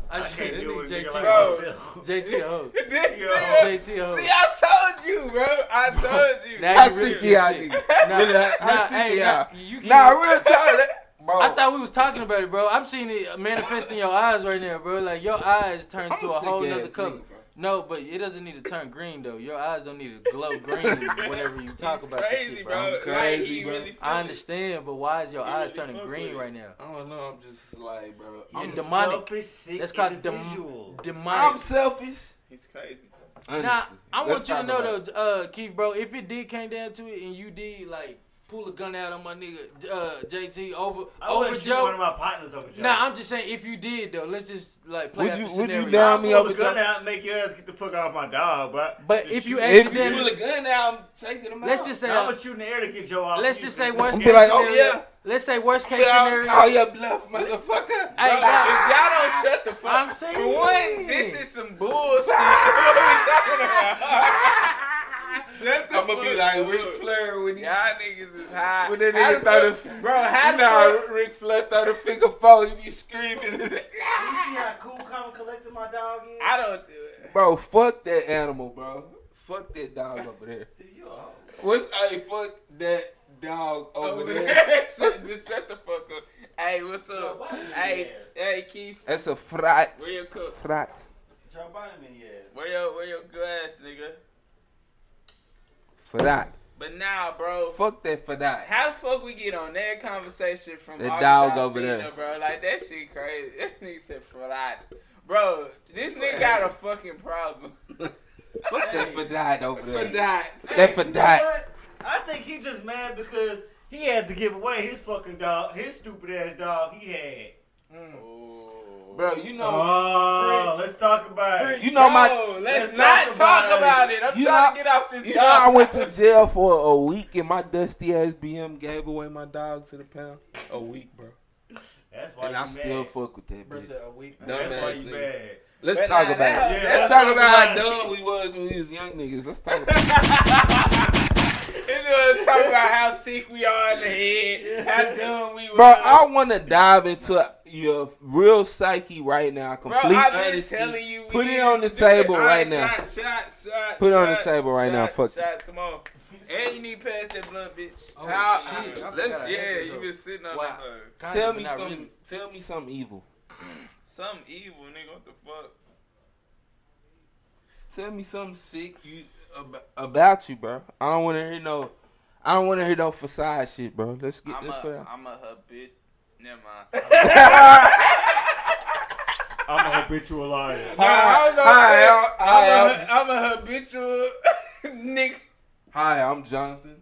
I, I just can't this deal nigga with a JT, nigga like Bro. myself. JT, a hoe. *laughs* This Yo. *laughs* nigga- JT, a hoe. See, I told you, bro. I told you. Now I you really sick y'all sick. niggas. Nah, Really, I- I nah, sick hey, y'all. nah, you Nah, get- real talk, that- *laughs* bro. Oh. I thought we was talking about it, bro. I'm seeing it manifest in your eyes right now, bro. Like your eyes turn I'm to a a whole sick nother ass color. nigga, bro. No, but it doesn't need to turn green though. Your eyes don't need to glow green whenever you talk He's about crazy, this shit, bro. bro. like, crazy, he bro. really I understand, but why is your You eyes really turning fuck green with it. right now? I don't know. I'm just like, bro. You I'm, Yeah. demonic. selfish, sick That's called dem- individual. I'm demonic. selfish. He's crazy. Honestly. Now, I Let's want you to talk about know it. though, uh, Keith, bro, if it did came down to it and you did like pull a gun out on my nigga uh, JT over I over wouldn't shoot Joe. one of my partners over Joe. Nah, I'm just saying if you did though, let's just like play Would out you- the would you scenario. dime me Pull over a gun Joe? out and make your ass get the fuck out my dog, bro. But if you If accidentally you pull a gun out, I'm taking him Let's out. just say Nah, I'ma shoot in the air to get Joe off. Let's You just say bitch. worst Be case like, oh, scenario. yeah. uh, Let's say worst case But I'll scenario. call your bluff, motherfucker. Hey, Bro, nah. if y'all don't shut the fuck I'm saying. For one, this is *laughs* some bullshit. what are we talking *laughs* about? I'm gonna be like Ric Flair when he, y'all niggas is high. When that nigga throw the bro, how you know how Ric Flair throw the finger four, he be screaming. see how cool, calm, and collected my dog is? I don't do it. *laughs* bro, fuck that animal, bro. Fuck that dog over there. What's hey? Fuck that dog over, Over there. *laughs* there. *laughs* shut, just shut the fuck up. Hey, what's up? hey, hey, Keith. That's a frat. Where your cook? Frat. Joe Biden in your ass. Where your where your glass, nigga? Frat. But now, bro. Fuck that frat. How the fuck we get on that conversation from That August dog Alsina, over there. bro? Like that shit crazy. *laughs* That nigga said fraud. Bro, this nigga got a fucking problem. *laughs* Fuck that frat over there. Frat. That You know frat. what? I think he just mad because he had to give away his fucking dog, his stupid ass dog he had. Bro, you know. Oh, let's talk about it. You know my- Yo, Mm. let's, not talk about it. I'm You trying know- to get off this. You know, I dog. went to jail for a week and my dusty ass BM gave away my dog to the pound. A week, bro. That's wro- And I you still mad. fuck with that bitch. a week. Dumb That's why ass you nigga. mad. Let's But talk nah, about that- it. yeah, Let's let's talk talk about how about it. dumb we was when we was young niggas. Let's talk *laughs* about it. *laughs* This is talk about how sick we are in the head, *laughs* how dumb we were. Bro, I want to dive into your real psyche right now. Bro, Complete I've been honesty. telling you. we Put it needed on the to do that. table All right now. Shot, shot, shot, Put it on the shots, table right now. shots, Fuck it. Shots, come on. And you need to pass that blunt, bitch. Oh, How- shit. I let's- forgot I yeah, had this you up. been sitting on Wow. that Kind time. of, Tell but me not something. really. Tell me something evil. Some evil, nigga. What the fuck? Tell me something sick you about you, bro. I don't want to hear no. I don't want to hear no facade shit, bro. Let's get I'm this put a, out. I'm a her bitch. Never *laughs* mind. I'm a habitual liar. Nah, I was gonna Hi, say, I'm- I'm, hi, a, I'm a habitual *laughs* nigga. Hi, I'm Jonathan.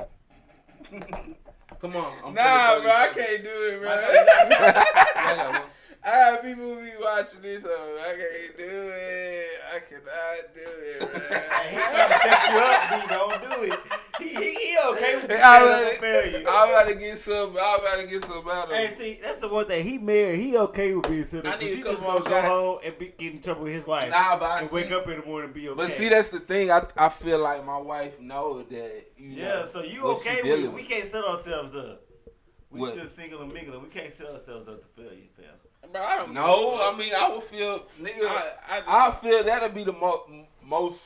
Come on. I'm Nah, finna bro, I throw this can't do it, bro. *laughs* I got one. I have people be watching this, so I can't do it. I cannot do it, *laughs* bro. He's trying to set you up, B. Don't do it. He, he, he okay with this. I I'm was- gonna fail you. I'm about to get some. I'm about to get some out of Hey, it. see, that's the one thing. He married. He okay with being single I need because a he just couple gonna more go shots. home and be, get in trouble with his wife Nah, but I and see- wake up in the morning and be okay. But see, that's the thing. I I feel like my wife know that. You know, yeah. So you what she okay? We, dealing we with. can't set ourselves up. We What? still single and mingling. We can't set ourselves up to failure, fam. Bro, I don't No, I mean I would feel, nigga. I, I, I, feel that'll be the mo- most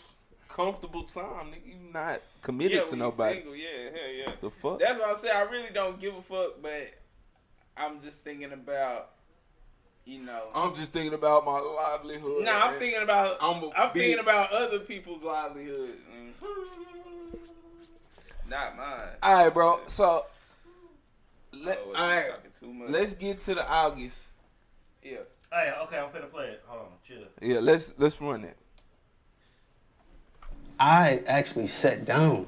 comfortable time, nigga. You not committed yeah, to we nobody. Single. Yeah, hell yeah. The fuck? That's what I'm saying. I really don't give a fuck, but I'm just thinking about, you know. I'm just thinking about my livelihood. nah, I'm man. thinking about. I'm I'm, a bitch. thinking about other people's livelihoods. mm. Not mine. All right, bro. So, let, Oh, all wait, I'm right, talking too much. let's get to the August. Yeah. Oh yeah. Okay, I'm finna play it. Hold on, chill. Yeah, let's let's run it. I actually sat down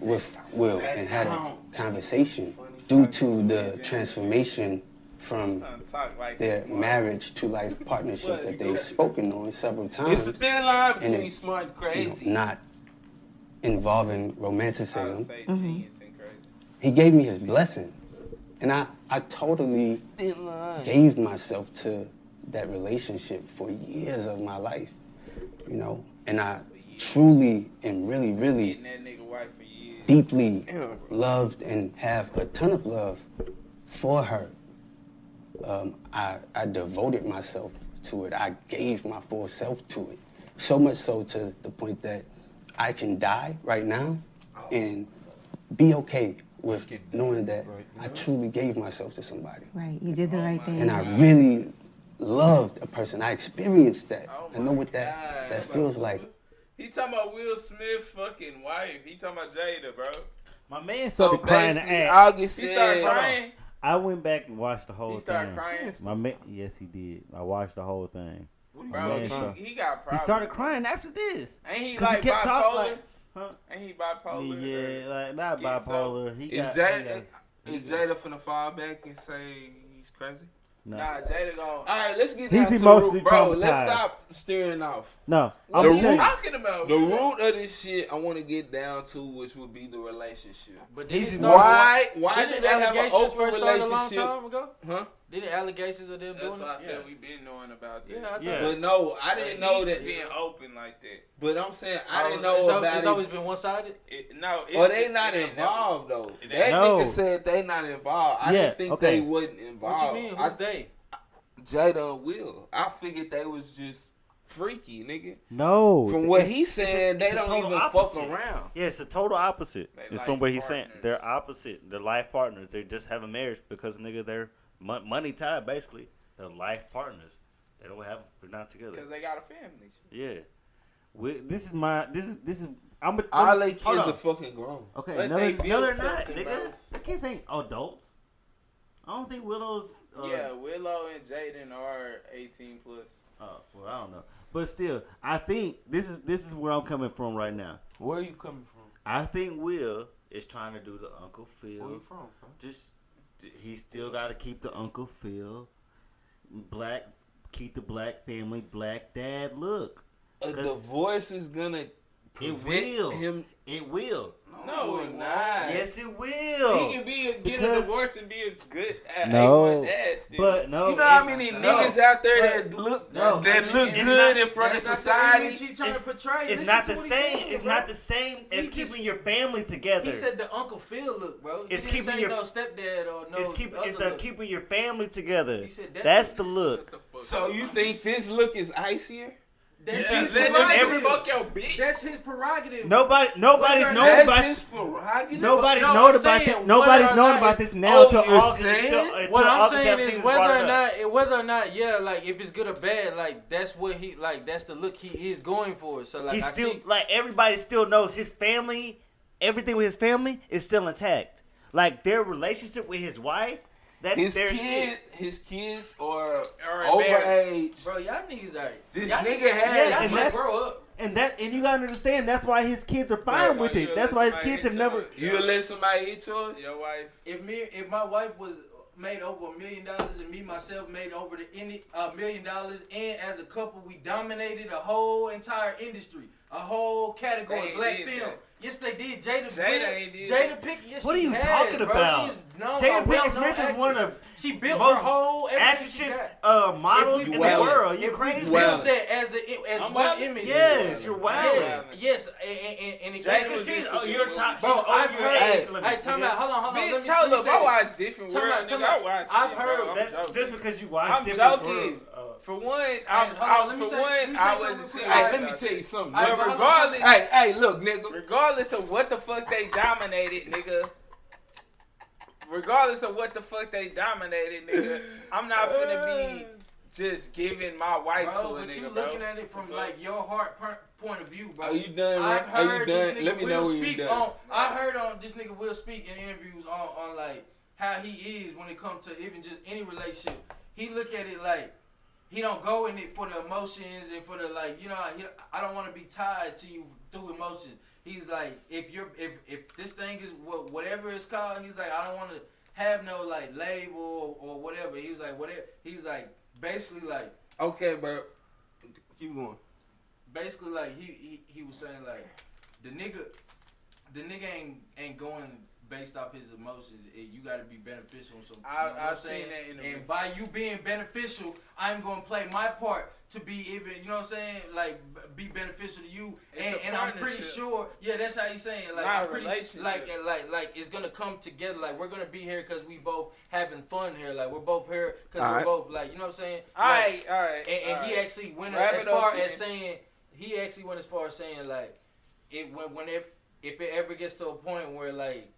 with Will and had a Um, conversation due to the transformation from Talk like their this. marriage to life partnership that they've spoken on several It's times. a thin line and between it, smart and you know, crazy. not involving romanticism. Say genius and crazy. He gave me his blessing, and I, I totally Thin line. gave myself to that relationship for years of my life, you know, and I truly and really, really Getting that nigga wife for years. deeply loved and have a ton of love for her. Um, I, I devoted myself to it. I gave my full self to it. So much so to the point that I can die right now and be okay with knowing that I truly gave myself to somebody. Right, you did the right thing. And I really loved a person. I experienced that. I know what that, that feels like. He talking about Will Smith fucking wife. He talking about Jada, bro. My man started So crying. basically, at- August He started said- crying. I went back and watched the whole He started thing. crying? My man, yes, he did. I watched the whole thing. Bro, he, started- he got problems. he started crying after this Ain't he because he like kept talking bipolar? like Huh? And he bipolar. Yeah, like not Schizo. bipolar. He got, Is he that got- is Jada finna fall back and say he's crazy? No. Nah, Jada gone. Uh, All right, let's get. He's down to the emotionally root, bro. traumatized. Let's stop steering off. No, the I'm root, telling you. Talking about the root of this shit. I want to get down to, which would be the relationship. But this did is it start- why? Why didn't did the they have an allegations open first start relationship? a long time ago? Huh? Did the allegations of them That's doing why I it? said we been knowing about this. Yeah, I thought- Yeah. But no, I But didn't he know just that- Being open like that. But I'm saying I Oh, didn't it's- know it's al- about It's it. always been one sided. It, no, Or it's, they not it ain't never- involved though. it ain't That No. nigga said they not involved. I Yeah, didn't think okay. they wasn't involved. What you mean? I, Who's they? Jada and Will. I figured they was just freaky, nigga. No. From what It's- he said, it's they a don't total even opposite. fuck around. Yeah, it's a total opposite. They It's life from what he's saying. partners. They're opposite. They're life partners. They just have a marriage because nigga, they're mon- money tied basically. They're life partners. They don't have. They're not together. Cause they got a family. Yeah. We, this is my. This is this is. I'm. a- All I'm they kids hold on. are fucking grown. Okay, But no, they they, no, built they're not, something, nigga. bro. The kids ain't adults. I don't think Willow's. Uh, yeah, Willow and Jaden are 18 plus. Oh, well, I don't know. But still, I think this is this is where I'm coming from right now. Where are you coming from? I think Will is trying to do the Uncle Phil. Where you from? Huh? Just he still got to keep the Uncle Phil black, keep the black family black dad look. A 'Cause divorce is gonna It prevent will. him. It will. No, it it won't. Yes, it will. He can be a, get a Because- divorce and be a good uh, No, A1 dad still. but no. you know how it's- many no. niggas out there But- that look no, that it's- look it's good not- in front of That's not the image society? he trying to It's- portray. It's Listen not to the what he same. said, It's bro. not the same He as just- keeping your family together. He said the Uncle Phil look, bro. He It's didn't keeping say your- no stepdad or no. it's keeping. It's other the look. keeping your family together. He said that- That's the look. So you think this look is icier? That's Yeah, his let them prerogative. every- fuck your bitch. That's his prerogative. Nobody. Nobody's Whether or known not- about. That's his prerogative. Nobody's No, known I'm about saying this. Nobody's whether or known not about it's- this now Oh, till you're August. saying? Till, until What I'm August saying after is he's brought whether it or up. not, whether or not, yeah, like if it's good or bad, like that's what he, like that's the look he is going for. So like he's I still see, like everybody still knows his family. Everything with his family is still intact. Like their relationship with his wife. That's His their kids, shit. his kids are Are overage. embarrassed. bro, y'all niggas like This y'all nigga niggas- has- y'all And niggas that's- grow up. And that and you gotta understand that's why his kids are fine Like, with you it. That's why his let kids have somebody never. hit your- You let somebody eat yours? Your wife. If me, if my wife was made over a million dollars and me myself made over the any a million dollars, and as a couple we dominated a whole entire industry, a whole They category, ain't black did film. that. Yes, they did. Jada, Jada Pinkett- ain't did Jada that. Pinkett. Yes, What are she you has, talking bro. about? She's known Jada by well-known Pinkett Smith is one actress. of she built her most whole everything she Actresses, got. uh, models If in we the wildin'. world. You If we crazy? built wildin'. that as a as I'm one wildin'. image. Yes, you're wild. Yes, yes, and, and, and it That's Jada because was she's just oh, a you're good top. She's Bro, over I've your heard- age limit. Hey, time nigga. out. Hold on, hold on. Oh, let Bitch, me hold up. reset I it. watch different Tell me- world, tell nigga. I me- watch I've shit, heard bro. I'm That- joking. just because you watch I'm different joking. world, Uh, For one, I'm, hold on, I'm, let me for say- let one, me say I something wasn't real serious. quick. Hey, about let me it. tell you something. Hey, nigga. but hold on. regardless- hey, hey, look, nigga. Regardless of what the fuck they dominated, nigga. Regardless of what the fuck they dominated, nigga. I'm not finna be just giving my wife Bro, to a but nigga, you bro. looking at it from like your heart per- point of view, bro. Are you done, I've right? Are you heard done? this nigga Let me will know when you're speak done. on. I heard on this nigga will speak in interviews on on like how he is when it comes to even just any relationship. He look at it like he don't go in it for the emotions and for the like. You know, he, I don't want to be tied to you through emotions. He's like, if you're if if this thing is what whatever it's called, he's like, I don't want to have no like label or whatever. He's like, whatever. He's like, basically like Okay, bro. Keep going. basically like he, he he was saying like the nigga the nigga ain't ain't going based off his emotions. It, you got to be beneficial. in some I- you know what I've I'm saying? seen that in the movie. And by you being beneficial, I'm gonna play my part to be even. You know what I'm saying? Like b- be beneficial to you. It's and a and I'm pretty partnership. sure. Yeah, that's how you saying. Like Not I'm a pretty, relationship. Like and like like it's gonna come together. Like we're gonna be here because we both having fun here. Like we're both here because we're Alright. both like you know what I'm saying. All Like, right, all right. and, and all he right. actually went Wrap as it up, far man. as saying he actually went as far as saying like it when when if if it ever gets to a point where like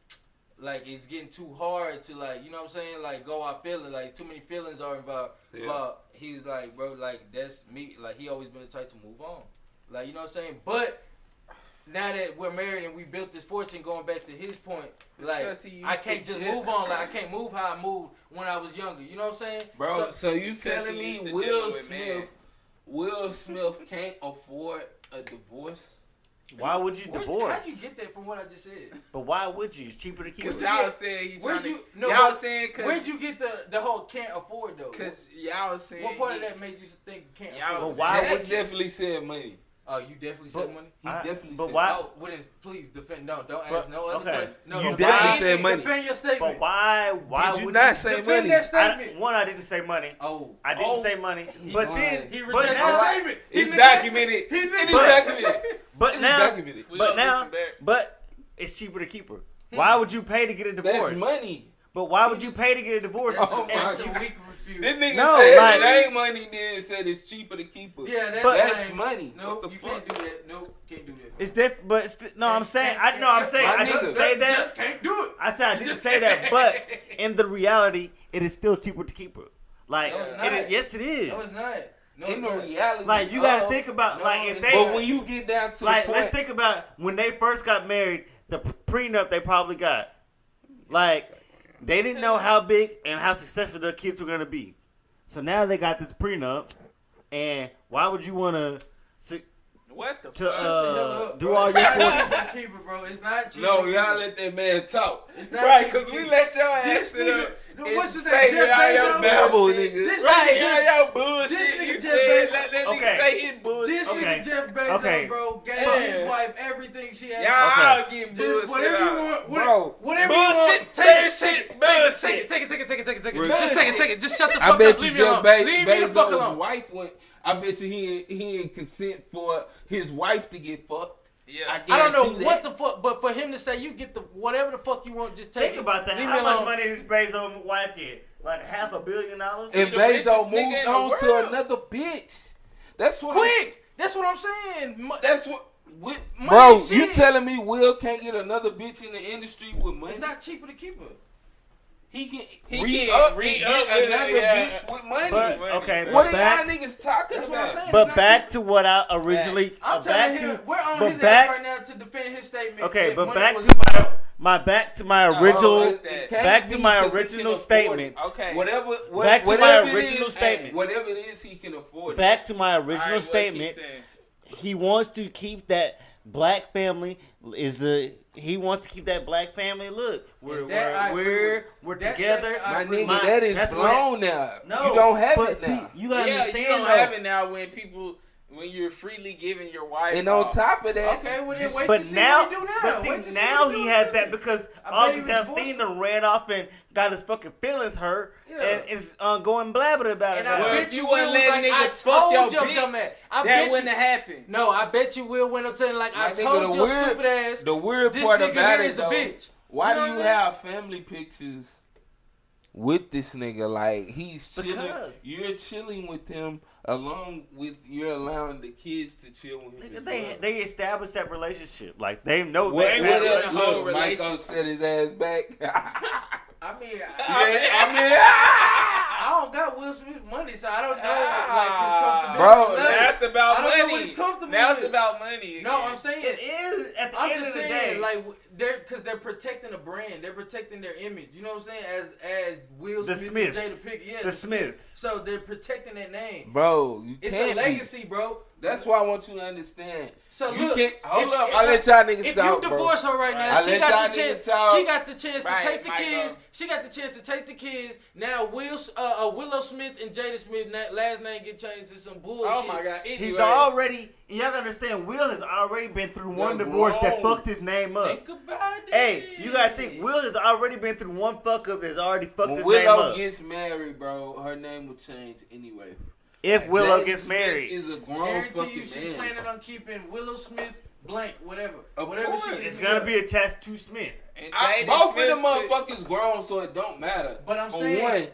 like it's getting too hard to like you know what I'm saying like go out feeling like too many feelings are involved. Yeah. But he's like bro like that's me like he always been the type to move on like you know what I'm saying but. Now that we're married and we built this fortune, going back to his point, It's like 'cause he used I to can't just dip. move on. Like I can't move how I moved when I was younger. You know what I'm saying, Bro, so, So- you he telling used to me deal Will with Smith men. Will Smith can't afford a divorce? Why would you divorce? How'd you get that from what I just said? But why would you? It's cheaper to keep Where'd it. you get- where'd you, no, y'all but saying 'cause- where'd you get the the whole can't afford though? 'Cause y'all saying what part of he- that made you think can't Y'all afford? But why That would shit- definitely said money. Oh, you definitely But said money. he I- definitely But said why? money. Oh, what if- please defend. No, don't But- ask no other okay. question. No, You no, definitely why- said money. Defend your statement. But why? Why Did you would not you say defend money? That I- statement? one, I didn't say money. Oh, I didn't Oh. say money. He But lied. then He but rejected now, the statement. He It's rejected- documented. he It is rejected- documented. But It is now, documented. We but gonna now, listen back. but it's cheaper to keep her. Why would you pay to get a divorce? money. But why would you pay to get a divorce? That's a- And- that's a weak refuse. This nigga No, said like- it ain't money. Then said it's cheaper to keep her. Yeah, that's, but lame. that's money. No, what the you fuck? can't do that. No, can't do that. It's different, but st- no, I'm saying I no, I'm saying I didn't say that. Just can't do it. I *laughs* said I didn't say that, but in the reality, it is still cheaper to keep her. Like, No, it's it not. is- yes, it is. No, it's not. No, In it's the not. reality, Like you gotta uh-oh. think about No, like if it's they not. But when you get down to the like let's point- think about when they first got married, the pre- prenup they probably got. Like they didn't know how big and how successful their kids were gonna be, so now they got this prenup, and why would you wanna? su- What the to fuck? uh, do all your *laughs* *laughs* It's courses? not cheaper, bro. It's not cheaper. No, y'all let that man talk. It's not Right, cheaper because we to let keep y'all her. ass This sit nigga- up. no, and what's his say name, Jeff that Bezos? y'all babble, This nigga. nigga Right, Jeff- y'all y'all bullshit. this nigga you Jeff said, Bezos- let that nigga Okay. say his bullshit. This Okay. nigga Jeff Bezos, Okay. bro, gave Fuck. his wife everything she had. Y'all Okay. getting Just bullshit whatever you out. want, what- Bro, whatever you bullshit, want. Take Take it, it, shit, take it, bullshit. take it, take it, take it, take it, take it, take it. Right. Just take it, take it. Just shut the I fuck bet up. you Leave me Jeff Be- alone. Leave me the fuck Bezos' alone. wife went. I bet you he ain't- he didn't consent for his wife to get fucked. Yeah, I don't know what the fuck, but for him to say you get the whatever the fuck you want, just take Think it. about that. Leave me How much alone. money did Bezos' wife get? Like half a billion dollars. And Bezos moved on to another bitch. That's what. Quick. That's what I'm saying. Mo- That's what. With money Bro, shit. you telling me Will can't get another bitch in the industry with money? It's not cheaper to keep her. He can He re can up, re- re up up with another it, yeah. bitch with money. But, okay, what but are back- y'all niggas talking That's what I'm about? saying. But It's not back cheaper. to what I originally. I'm uh, telling back him, to. we're on but his back. ass right now to defend his statement. Okay, that but money back was to my, about- my back to my Oh, No, original it's that. It can't back to be my 'cause he can original afford it. statement. Okay. Whatever, what, Back to my whatever it original is, statement. hey, Whatever it is, he can afford it. Back to my All right, original well, keep statement. saying. He wants to keep that black family is the he wants to keep that black family look. We're And that I we're agree we're, with. we're That's together. that I My agree nigga, with. that is that's where- grown now. No, you don't have but it see, now. you gotta yeah, understand you don't though. have it now when people when you're freely giving your wife. and on off. top of that, Okay, well then wait but to see now, what he do now. but Wait to see, see now what he do has now. that because I bet he August was Alstein done ran off and got his fucking feelings hurt Yeah. and is uh, going blabber about And it. I now. Well, bet if you you wasn't will was letting like, I niggas fuck your told your bitch, dumb ass. I bet that you- wouldn't have happened. No, I bet you Will went up to him like I My nigga, told the your weird- stupid ass. the weird this part nigga about here it is though, a bitch. why You know do you what I mean? have family pictures with this nigga? Like he's chilling. Because- You're chilling with him along with you're allowing the kids to chill with him. Nigga, as they well. they established that relationship. Like they know What, that. They what were up? in a whole Look, Michael relationship. set his ass back. *laughs* I mean, I, yeah, *laughs* I mean, I don't got Will Smith's money, so I don't know Ah, like his comfortability. Bro, level. that's about I money. don't know what he's comfortable Now with. it's about money. no, again. I'm saying it is at the I'm end just of the saying, day. like w- they're because they're protecting a brand, they're protecting their image. You know what I'm saying? As as Will the Smith, Smiths, and Jada Pinkett, yeah, the Smiths. So they're protecting that name. bro, you It's can't a legacy, bro. Be. That's why I want you to understand. So you look, can't hold if- up. if I let y'all niggas If talk, you bro. divorce her right now, I she let got the y'all chance. niggas talk. She got the chance Right, to take the Michael. kids. She got the chance to take the kids. Now Will, uh, uh, Willow Smith and Jada Smith na- last name get changed to some bullshit. Oh my god. Anyway, He's already. Y'all gotta understand. Will has already been through one Look, divorce that wrong. fucked his name up. Think about it. Hey, you gotta think. Will has already been through one fuck up that's already fucked When his name Willow up. gets married, bro, her name will change anyway. if Willow Jada gets Smith married, is a grown Guarantee fucking you, she's man. planning on keeping Willow Smith blank, whatever, Of whatever she course. gets it's to gonna do. be attached to Smith. And I- Jada both of Smith them took- motherfuckers grown, so it don't matter. But I'm For saying- one,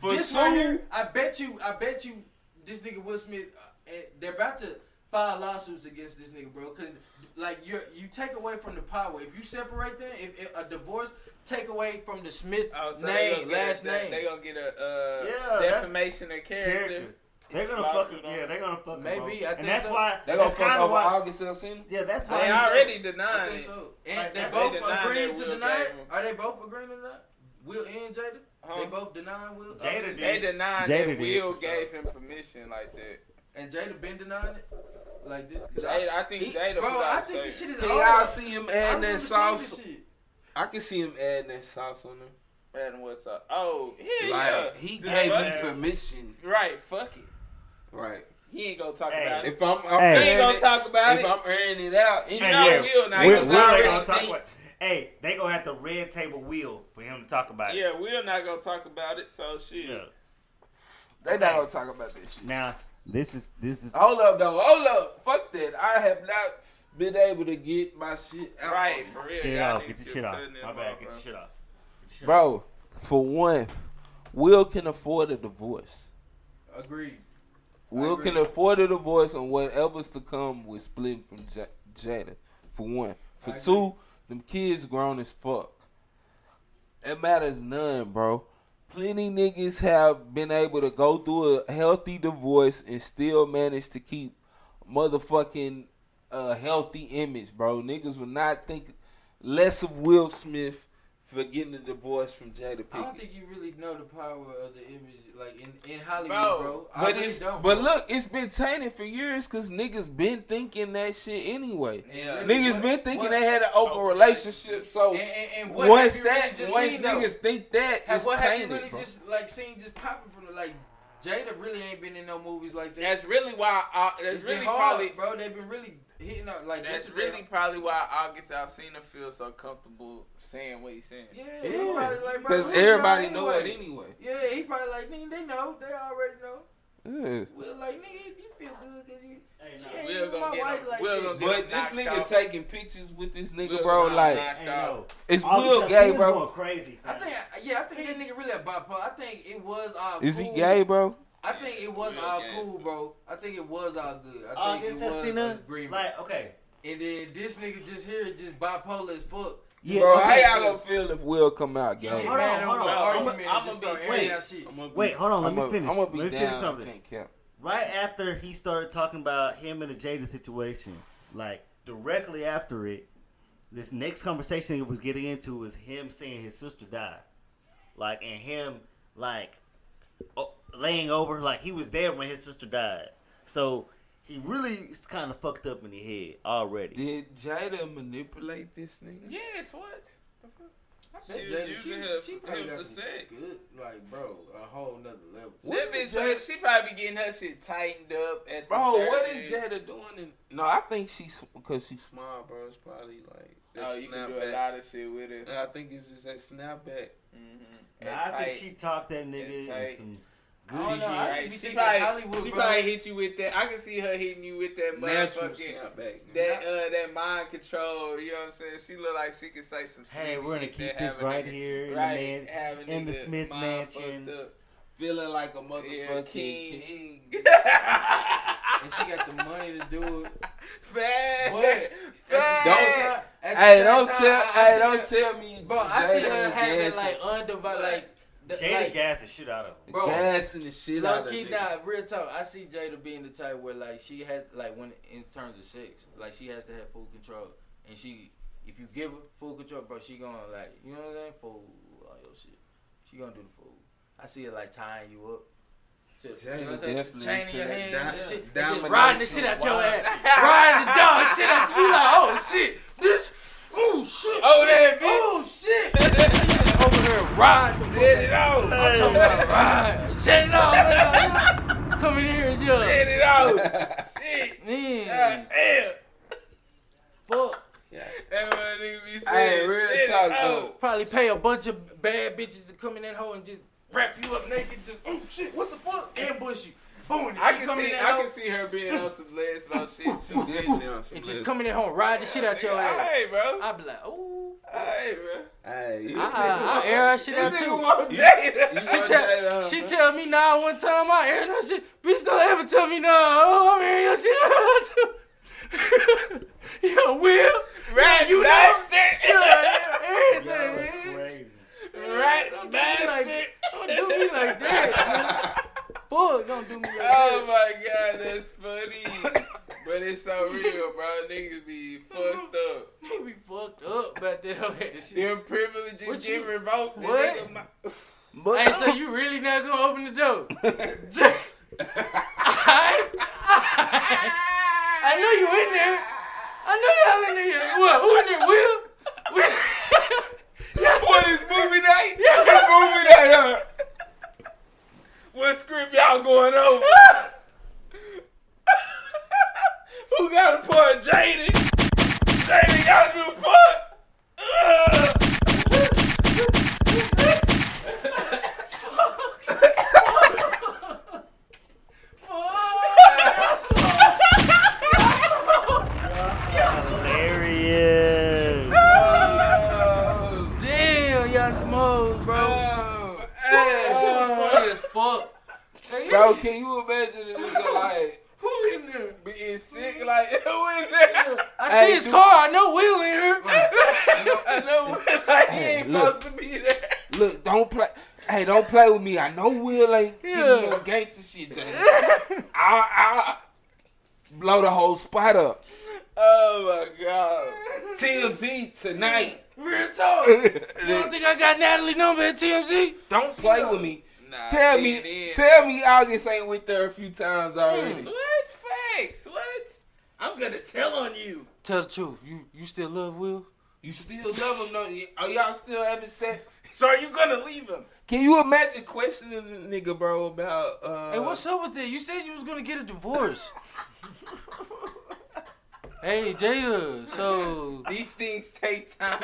for this two, right here, I bet you, I bet you, this nigga Will Smith, uh, eh, they're about to file lawsuits against this nigga, bro. Cause like you, are you take away from the power if you separate them. If, if a divorce take away from the Smith Oh, so they gonna get name, a- last they- name, They gonna get a uh, Yeah, that's- defamation of character. Character. They're gonna Lawsuit fuck. on Yeah, it. they're gonna fuck. him Maybe, up. I and think that's so. why. they gonna That's fuck kind of over why. August Alsina. Yeah, that's why. They he's- already I denying think it. so. Like, And they that's- both they denied agreeing that to Will deny. it? gave him. Are they both agreeing to that? Will and Jada, Huh? they both denying Will. Uh, Jada They did. denied Jada that did, Will for sure. gave him permission like that. And Jada been denying it. Like this, cause Jada, I think Jada Bro, was I out think this saying- shit is. Hey, over. I see him I adding that remember seeing sauce. this shit. I can see him adding that sauce on there. And what's up? Oh, hell Like yeah. he Just gave fuck me it. permission, Right, fuck it. right? He ain't gonna talk Hey, about it. if I'm- I'm he airing ain't gonna it- talk about if it. I'm airing it out, he it- not Yeah, will not. We're, Cause we're I not already gonna talk think- about. Hey, they gonna have to red table wheel for him to talk about it. Yeah, we're not gonna talk about it. So shit. They not gonna talk about this shit. Now this is this is Hold up, though. Hold up. Fuck that. I have not been able to get my shit out. Right, for real. get it y'all off, niggas get your just shit off. putting in My bad, get motherfucker. your shit off. Bro, for one, Will can afford a divorce. Agreed. Will can afford a divorce on whatever's to come with splitting from J- Jada. For one. For I agree. two, them kids grown as fuck. It matters none, bro. Plenty niggas have been able to go through a healthy divorce and still manage to keep motherfucking a healthy image, bro. Niggas will not think less of Will Smith for getting a divorce from Jada I don't Pinkett. think you really know the power of the image, like in, in Hollywood, Bro, bro. I But really it's, don't. but look, it's been tainted for years because niggas been thinking that shit anyway. Yeah. Niggas uh, What- been thinking what- they had an open relationship, so and, and, and what once have you really that, just once seen, though? niggas think that, Have- it's what have you tainted. really bro. just like seen just popping from the like? Jada really ain't been in no movies like that. That's really why. I, that's It's been really hard, probably. bro. They've been really hitting up like That's this is really their- probably why August Alcina feels so comfortable saying what he's saying. Yeah, Yeah, he probably like, bro, 'cause who everybody y'all know it anyway. Yeah, he probably like, nigga, they know, they already know. Yeah. Will like, nigga, you feel good because you. she nah, ain't Will even gonna my get wife him. like Will that. gonna get But this Knocked nigga out. taking pictures with this nigga, Will bro. got Like knocked out. it's All Will because gay, he is going bro. Crazy. I think, yeah, I think that nigga really a bipolar. I think it was all. Is he cool. gay, bro? I think it was Real all gay. cool, bro. I think it was all good. I Uh, think it's it was Testina. an agreement. Like okay, and then this nigga just here, just bipolar as fuck. yeah. bro, okay. how y'all gonna feel if Will come out Get gay? hold mad on, hold on. over an I'ma- argument and I'ma just be start wait. airing out shit. Wait, hold on. Let me finish. I'm gonna be let me down. finish I something. can't cap. right after he started talking about him and the Jada situation, like directly after it, this next conversation he was getting into was him saying his sister died, like and him like o- laying over, like he was there when his sister died. So he really is kind of fucked up in the head already. Did Jada manipulate this nigga? Yes, what? The fuck? That She was Jada, using she- her- she probably him got for some sex. good, like, bro, a whole nother level. That bitch, Jada, she probably getting her shit tightened up at Bro, the surgery. what is Jada doing? In- no, I think she's because she's small, bro. It's probably like that Oh, you can do a snapback. lot of shit with it. And I think it's just that snapback. Mm-hmm. Now, I think she talked that nigga That's and tight. some I don't good know, I shit. just be Right. She thinking probably, Hollywood, she bro. probably hit you with that. I can see her hitting you with that Natural motherfucking snapback. that uh that mind control. You know what I'm saying? She look like she could say some. Hey, slick we're gonna shit keep that this have a right nigga- here in right, the man. have a in the nigga Smith mind mansion. fucked up. feeling like a Yeah, motherfucking king. king. and she got *laughs* the money to do it. Fat. But at the Don't- same time, *laughs* at the Hey, same don't time, tell. I Hey, see don't her- tell me. Bro, I see Jada her was having gassing- like undivided, like, the- Jada like, gassed the shit out of him. bro, gassing the shit Low out of key, niggas. nah, real talk. I see Jada being the type where like she had like when in terms of sex, like she has to have full control, and she if you give her full control, bro, she gonna like you know what I'm saying, fool all your shit. She gonna do the fool. I see her like tying you up. To, you know what I'm Jada saying? definitely Chaining your into that hands dom- and shit. And just domination riding the shit out your wild ass. *laughs* riding the dog shit out you. You like, oh shit. This, oh shit. Oh, that bitch. Oh shit. *laughs* Over there riding the Set it off. I'm talking about ride. Shut it off. Coming here is your Set it off. *laughs* Shit. man. God damn. Fuck. That what nigga be saying. Hey, real Set it talk, off. though. Probably pay a bunch of bad bitches to come in that hole and just wrap you up naked. Just oh shit, what the fuck? Ambush you. Boom. I can see, I can see her being on *laughs* some *laughs* Lesbo shit too. She definitely on some And just list. coming in home, ride the shit out your ass. Hey, bro. I be like, ooh, Hey, bro. Hey, you- I, I air her shit out This nigga too. want Jada. you She know tell, Jada, she huh? tell me nah one time I aired her shit. Bitch, don't ever tell me nah. Oh, I'm airing your shit out too. *laughs* Yo, Will, Rat you know, yeah, bastard. everything. man. Crazy. Rat Like, bastard. don't do me like *laughs* that. man. Fuck, don't do me like Oh that. my god, that's funny. But it's so real, bro. Niggas be fucked up. They be fucked up about that whole ass shit. Them privileges What get you- revoked. The what? nigga mi- Hey, so you really not gonna open the door? Alright, *laughs* What script y'all going *laughs* over? Who got a part? Jaden. Jaden got a new part. *laughs* Hilarious. Damn, Young Smoke, bro. Oh, Oh. That shit was funny as fuck. Bro, can you imagine a nigga like *laughs* Who in there? being sick? Like *laughs* who in there? I Hey, see his do- car. I know Will in here. *laughs* I know, like he ain't supposed to be there. Look, don't play. Hey, don't play with me. I know Will ain't Yeah. yeah. no gangster shit, Jay. I, I blow the whole spot up. Oh my god. TMZ tonight. Real *laughs* talk. You don't think I got Natalie number at TMZ? don't play with me. Nah, tell see, me, then- tell me, August ain't with her a few times already. What facts? What? I'm gonna tell on you. Tell the truth. You you still love Will? You still love him? No, are y'all still having sex? So are you gonna leave him? Can you imagine questioning the nigga, bro, about? Uh, Hey, what's up with that? You said you was gonna get *laughs* a divorce. hey, Jada. So These things take time.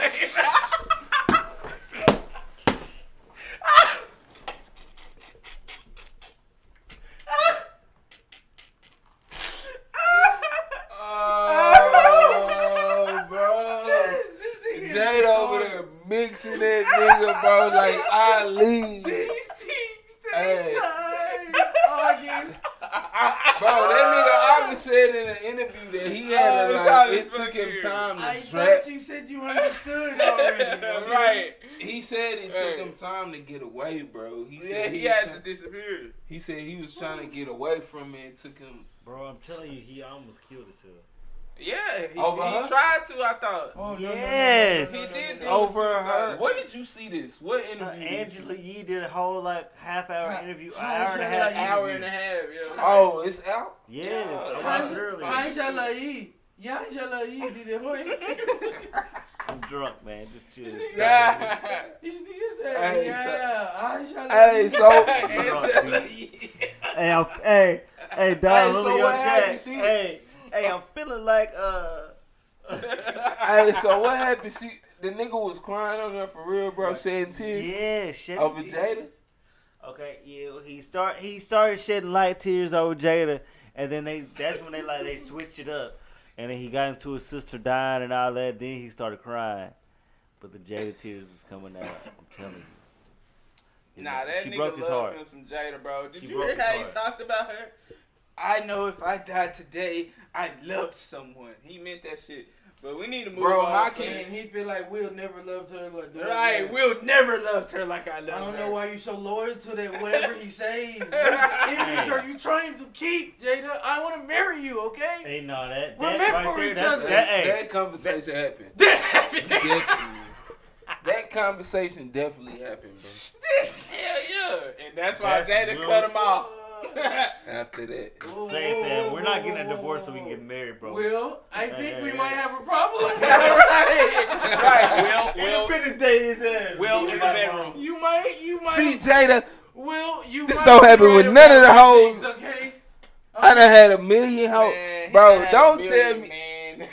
Oh, bro. This nigga Jade over there mixing that nigga, bro. Like I leave, These things take Hey. time. August. bro. That nigga August said in an interview that he had a, Oh, it's all like it this took him fucking- time I to draft. thought you said you understood already. *laughs* bro. right. He said it Hey. took him time to get away, bro. He said Yeah, he, he was had try- to disappear. he said he was trying to get away from it. It took him. Bro, I'm telling you, he almost killed himself. Yeah, he, Over her? he tried to. I thought. Oh, no, no, no, no, Yes. no, no, no, He did no. do Over suicide. her. Where did you see this? What Uh, interview? did you- Angela Yee did a whole like half hour Huh. interview, Huh, hour and a Angela half Yee. Hour and interview. a half. Yo. Oh, it's *laughs* out. Yes, I Yeah. watched it earlier. Fine. Angela Yee. Yeah, Angela Yee did it. *laughs* huh? I'm drunk, man. Just chill. *laughs* These niggas said, Hey, yeah, Angela Hey, Yee. so *laughs* Angela Yee. *laughs* hey, I'm, hey, hey, Hey, Don so Julio what Jack. happened? She- Hey, hey, I'm feeling like uh. *laughs* Hey, so what happened? She the nigga was crying on her for real, bro, shedding tears. Yeah, shedding Over tears. Jada? Okay, yeah, well, he start he started shedding light tears over Jada, and then they that's when they like they switched it up, and then he got into his sister dying and all that. Then he started crying, but the Jada tears was coming out. I'm telling you. You Nah, know, that she nigga broke his loved heart. him some Jada, bro. Did She you broke hear his how heart. he talked about her? I know if I die today, I loved someone. He meant that shit. But we need to move Bro, on. how first. can And he feel like Will never loved her. Like, the way Right, Will- Will never loved her like I loved I don't her. know why you so loyal to that. Whatever he *laughs* says, what image are you trying to keep, Jada? I want to marry you, okay? Hey, no, that, We're that meant right for there, each that's, other. That, hey, that conversation *laughs* happened. that happened. Definitely. that conversation definitely happened, bro. Hell yeah. And that's why That's Jada real- cut him off. *laughs* After that, Whoa, Same whoa, thing. whoa, We're not whoa, getting a whoa, divorce whoa, so we can get married, bro. whoa. Will, I Hey, think hey, we hey. might have a *laughs* problem. right, right. Will, Will, Independence Day is in. Will in the bedroom. you might, you might. see Jada, Will, you this might don't be happen right with none of the about hoes. things, Okay. I done had a million hoes, Man, he bro. had a Don't million, tell me. Man.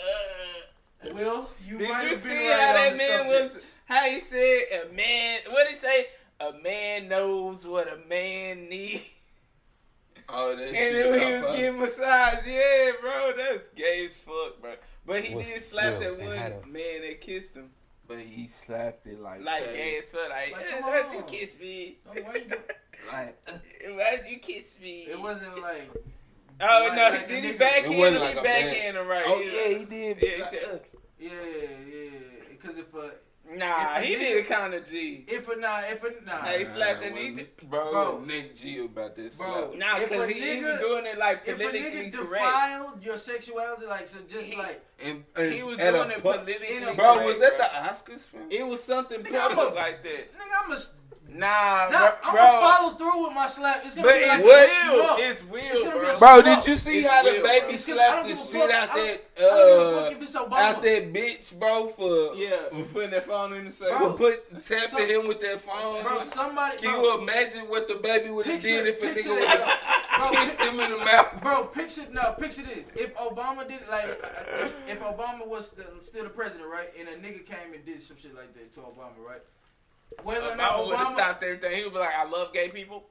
*laughs* Will, you Did might you have see been right how that on the man subject. was? How he said a man? What did he say? A man knows what a man needs. *laughs* Oh, that And then when he was getting massage, yeah, bro, that's gay as fuck, bro. But he What's did slap real that and how to- one man that kissed him, but he slapped it like, like that. gay as fuck, like, Like, "Eh, come why'd you on. kiss me? Don't worry, dude. Like, uh, *laughs* Why'd you kiss me? It wasn't like oh like- no, like a he did he nigga. backhand It him? wasn't He like a man. backhand him right? oh yeah, he did. Yeah, like, he said, uh, Yeah, yeah, because if a Nah, If he he did- did kind of G. if a nah if a nah, Hey, he slapped nah, that wasn't nigga. it? bro. Bro. uh, Nick G about this. Bro. slap. Nah, If because a he, he nigga- was doing it like if a politically nigga correct. defiled your sexuality, like so just He- like And, and He was at a doing it pu- politically in a- correct. Bro, was that bro. the Oscars? Bro? It was something Nigga, I'm public a- like that. nigga, I'm a Nah, Nah, bro. I'm gonna follow through with my slap. It's gonna But be like it's a will. snuff. It's will, gonna be a bro. Bro, snuff. did you see It's how the weird, bro. baby It's gonna- I slapped don't the give a shit fuck. out I that don't- I don't give a uh fuck if it's Obama. out that bitch, bro, for Yeah, for putting that phone in the safe. for put tapping some- him with that phone. Bro, somebody- Can bro. you imagine what the baby would have Picture- did if a picture nigga would have *laughs* Bro, kissed him in the mouth? Bro, picture no, picture this. If Obama did like, if, if Obama was the, still the president, right, and a nigga came and did some shit like that to Obama, right? Whether or not Obama would have Obama, *laughs* stopped everything. He would be like, "I love gay people."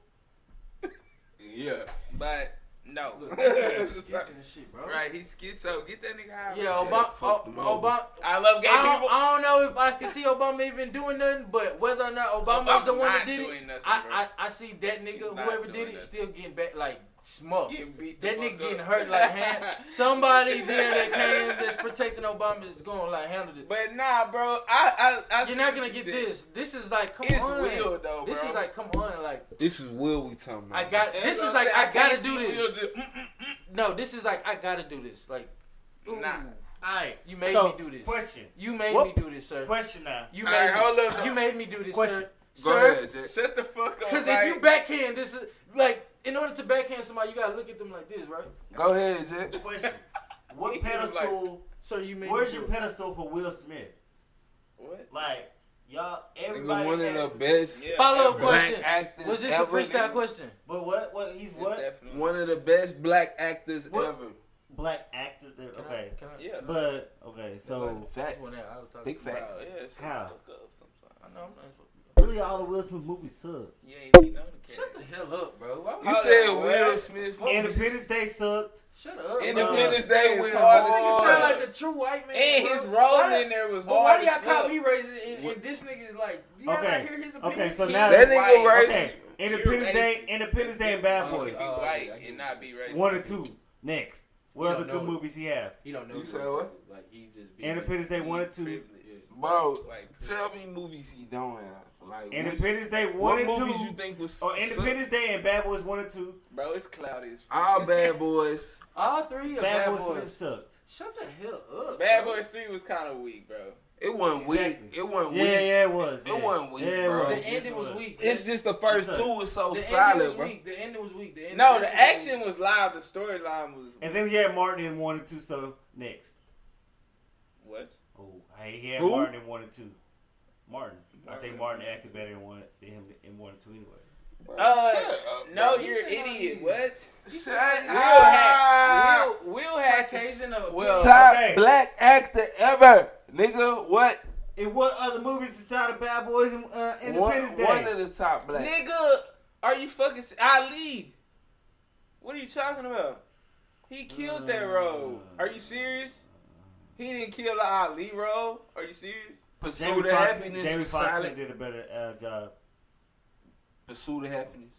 Yeah. But *laughs* no. Look, this nigga is sketching and shit, bro. Right, he's schizo. Get that nigga high. Yeah, Obama. Obama. I love gay I don't, people. I don't know if I can see Obama even doing nothing, but whether or not Obama's the Obama one not that did it, doing nothing, bro. I, I I see that nigga, not whoever doing did nothing. it, still getting back like smug. Getting beat the That fuck nigga getting up. hurt like hand. *laughs* Somebody there that came that's protecting Obama is gonna like handle this. But nah, bro. I, I, I see You're not what gonna you get said. this. This is like come It's on. Will, though, This bro. is like come on, like This is Will we talking about. I got this what is I'm like saying. I gotta can't do see this. Will do- Mm, mm, No, this is like I gotta do this. Like mm. Nah. Alright, you made So, me do this. question. You made What- me do this, sir. Question now. You All made right, hold up, me, though. you made me do this, Question. sir. Go sir, ahead, Jack. Shut the fuck up. because right? if you backhand this, is like in order to backhand somebody, you gotta look at them like this, right? Go ahead, *laughs* Jack. Question. What He was pedestal? Sir, you made. Where's me your do it. pedestal for Will Smith? What? Like y'all, Nigga, everybody one has. of the his- best Yeah, Follow up every- black question. actors Was this ever. a freestyle nigga. question? But what? What he's It's what? definitely- One of the best black actors What? ever. Black actor. That, Can I- okay. can I- Yeah. But okay, so Oh, Facts. Well, now, I was talking- Big Wow, facts. oh, yeah, shut the How? fuck up sometimes. I know I'm not supposed to- really, all the Will Smith movies suck. You ain't even know the Shut the hell up, bro. Why would You Hold said on, Will Will. Smith. Independence Day sucked. Shut up. Independence Uh, Day it's went hard as This nigga Oh. sound hard. like the true white man. And bro. his role Why in there was Well, why hard. do y'all as fuck. call me racist? And, What- and this nigga is like, y'all Okay. not hear his opinion. Okay. So He- now That that's nigga white. racist. okay. Independence Day, Independence Day, and Bad Oh, Boys. Be white and not be racist. One or two. Next. What You other don't good know. movies he have? He don't know. You he's said racist. what? Like he just be Independence Day one or two. Privilege. Bro, White privilege. tell me movies he don't have. Like which- Independence Day what one and movies you two. Oh, think was Or Independence Day and Bad Boys one and two. Bro, it's cloudy as fuck. *laughs* All bad boys. All three of Bad, bad, Boys, boys. three sucked. Shut the hell up. Bad bro. Boys 3 was kind of weak, bro. It wasn't weak. Exactly. It wasn't Yeah, weak. yeah, it was. It yeah. wasn't weak, yeah, it bro. was. The Yes, ending it was weak. It's just the first It's a- two was so the ending was solid, bro. weak. The ending was weak. The ending No, that's the what- action was live. The storyline was. And then he had Martin in one and two. So next. What? Oh, hey, he had Who? Martin in one and two. Martin. I think Martin. Martin acted better in one than him in one and two, anyways. Bro, Uh, shut up, no, bro. you're an idiot. What? Shut Will up. had Will, Will had Caucasian the- or- Well, Top Okay. black actor ever, nigga. What? And what other movies aside of Bad Boys and uh, One, Independence one Day? of the top black. nigga, are you fucking s- Ali? What are you talking about? He killed that Mm. role. Are you serious? He didn't kill the Ali role. Are you serious? Pursue Jamie the Foxx, happiness. Jamie was Foxx solid. did a better uh, job. Pursue the happiness.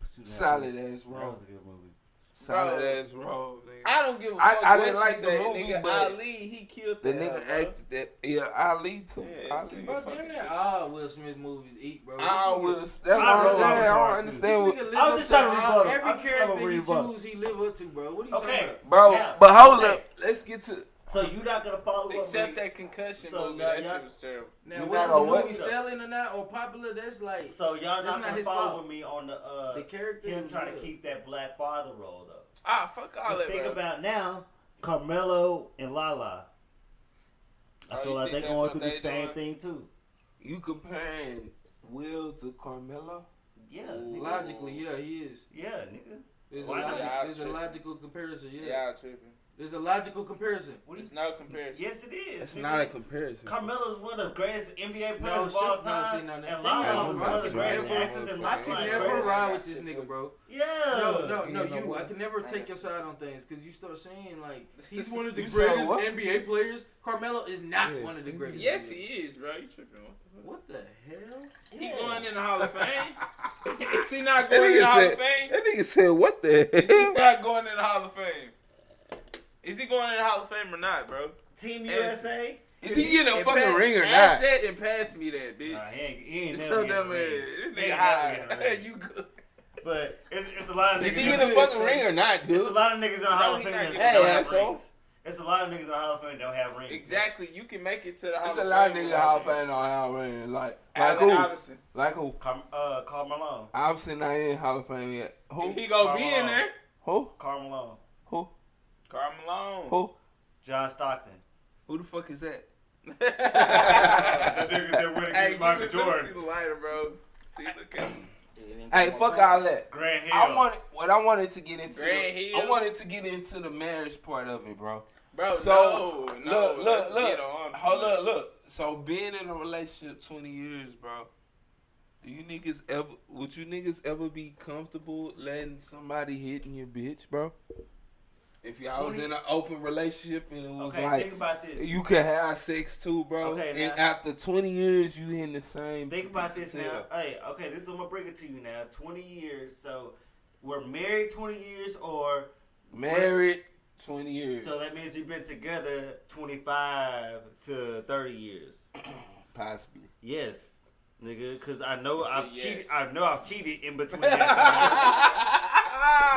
Pursuit of Solid Happiness. ass role. That was a good movie. Solid Bro. ass role, nigga. I don't give a fuck. I- I what didn't you like the say, movie, nigga. but Ali, he killed The that. nigga bro. acted that. Yeah, Ali too. Yeah, Ali. this Bro, was damn fucking- near all Will Smith movies eat, bro. This I nigga- was. That's what I'm This saying. I don't nigga understand This what. nigga live I was up just trying to all- rebut him. I Every just trying to character he rebut him. chooses, he live up to, bro. What are you Okay. talking about? Bro, Now- but hold okay. up. Let's get to. So you're not gonna follow up. Except with- that concussion So, movie. now That y'all- shit was terrible. Now, You whether gotta the what? movie selling or not or popular, that's like So y'all not, That's not gonna his follow fault. with me on the uh, the character. him is trying to good. keep that black father role though. Ah, fuck all Just that. think bro. about now, Carmelo and Lala. I Oh, feel you like think they're that's going what through the they same doing? thing too. You comparing Will to Carmelo? Yeah, Ooh. nigga. Logically, yeah, he is. yeah, nigga. There's a, Why logic, not? there's a logical comparison. Yeah. Y'all tripping. There's a logical comparison. What do you? There's no comparison. Yes, it is. It's nigga. not a comparison. Carmelo's one of the greatest NBA players No, of shit, all no, time, see, no, and no. You Lala never was one of the rock greatest with actors in Carmelo. my I life. can Like, never Greatest- ride with this nigga, bro. Yeah. No, no, You no, know you. what? I can never I take got your side on things because you start *laughs* saying like he's one of the You said greatest what? NBA players. Carmelo is not Yeah. one of the greatest. Yes, he NBA. is, bro. You tripping? What the fuck? What the hell? He Yeah. going in the Hall of Fame. *laughs* is he not That going in the nigga Hall of said. Fame? That nigga said what the Is he hell? not going in the Hall of Fame? Is he going in the Hall of Fame or not, bro? Team USA. Is he getting a And fucking pass- ring or ask not? that and pass me that, bitch. Nah, he ain't, he ain't It's never so getting a dumb. man. ring. This He nigga ain't never getting a high. *laughs* ring. You good? But it's, it's a lot of niggas. Is he in getting a the- fucking ring or not, It's a dude? lot of niggas in the Hall of he Fame not that getting don't a have ring. rings. It's a lot of niggas in the Hall of Fame that don't have rings. Exactly. You can make it to the Hall There's a lot of Fame niggas in without Hall of that. Fame on Hall of Fame. Like, like Allen who? Iverson. Like who? Carm, uh, Carl Malone. Iverson not in Hall of Fame yet. Who? He gonna be in there. Who? Carl Malone. Who? Carl Malone. *laughs* Who? *laughs* John Stockton. Who the fuck is that? that nigga said when Hey, against you Michael can really Jordan. See the lighter, bro. See, look at him. Hey, fuck all that. Grant Hill. I wanted what I wanted to get into. Grant the- Hill. I wanted to get into the marriage part of it, bro. Bro, so no, no, look, let's look, look. get on. Hold up, look. So being in a relationship twenty years, bro. Do you niggas ever? Would you niggas ever be comfortable letting somebody hitting your bitch, bro? If y'all was 20 in an open relationship and it was Okay, like think about this. you could have sex too, bro. Okay, and now- after twenty years, you in the same. Think about this Yeah. now. Hey, okay, this is I'm gonna break it to you now. Twenty years. So we're married twenty years or Married 20 years. So that means you've been together twenty five to thirty years. Possibly. Yes. Nigga, cause I He know said I've yes. cheated. I know I've cheated in *laughs* between that time.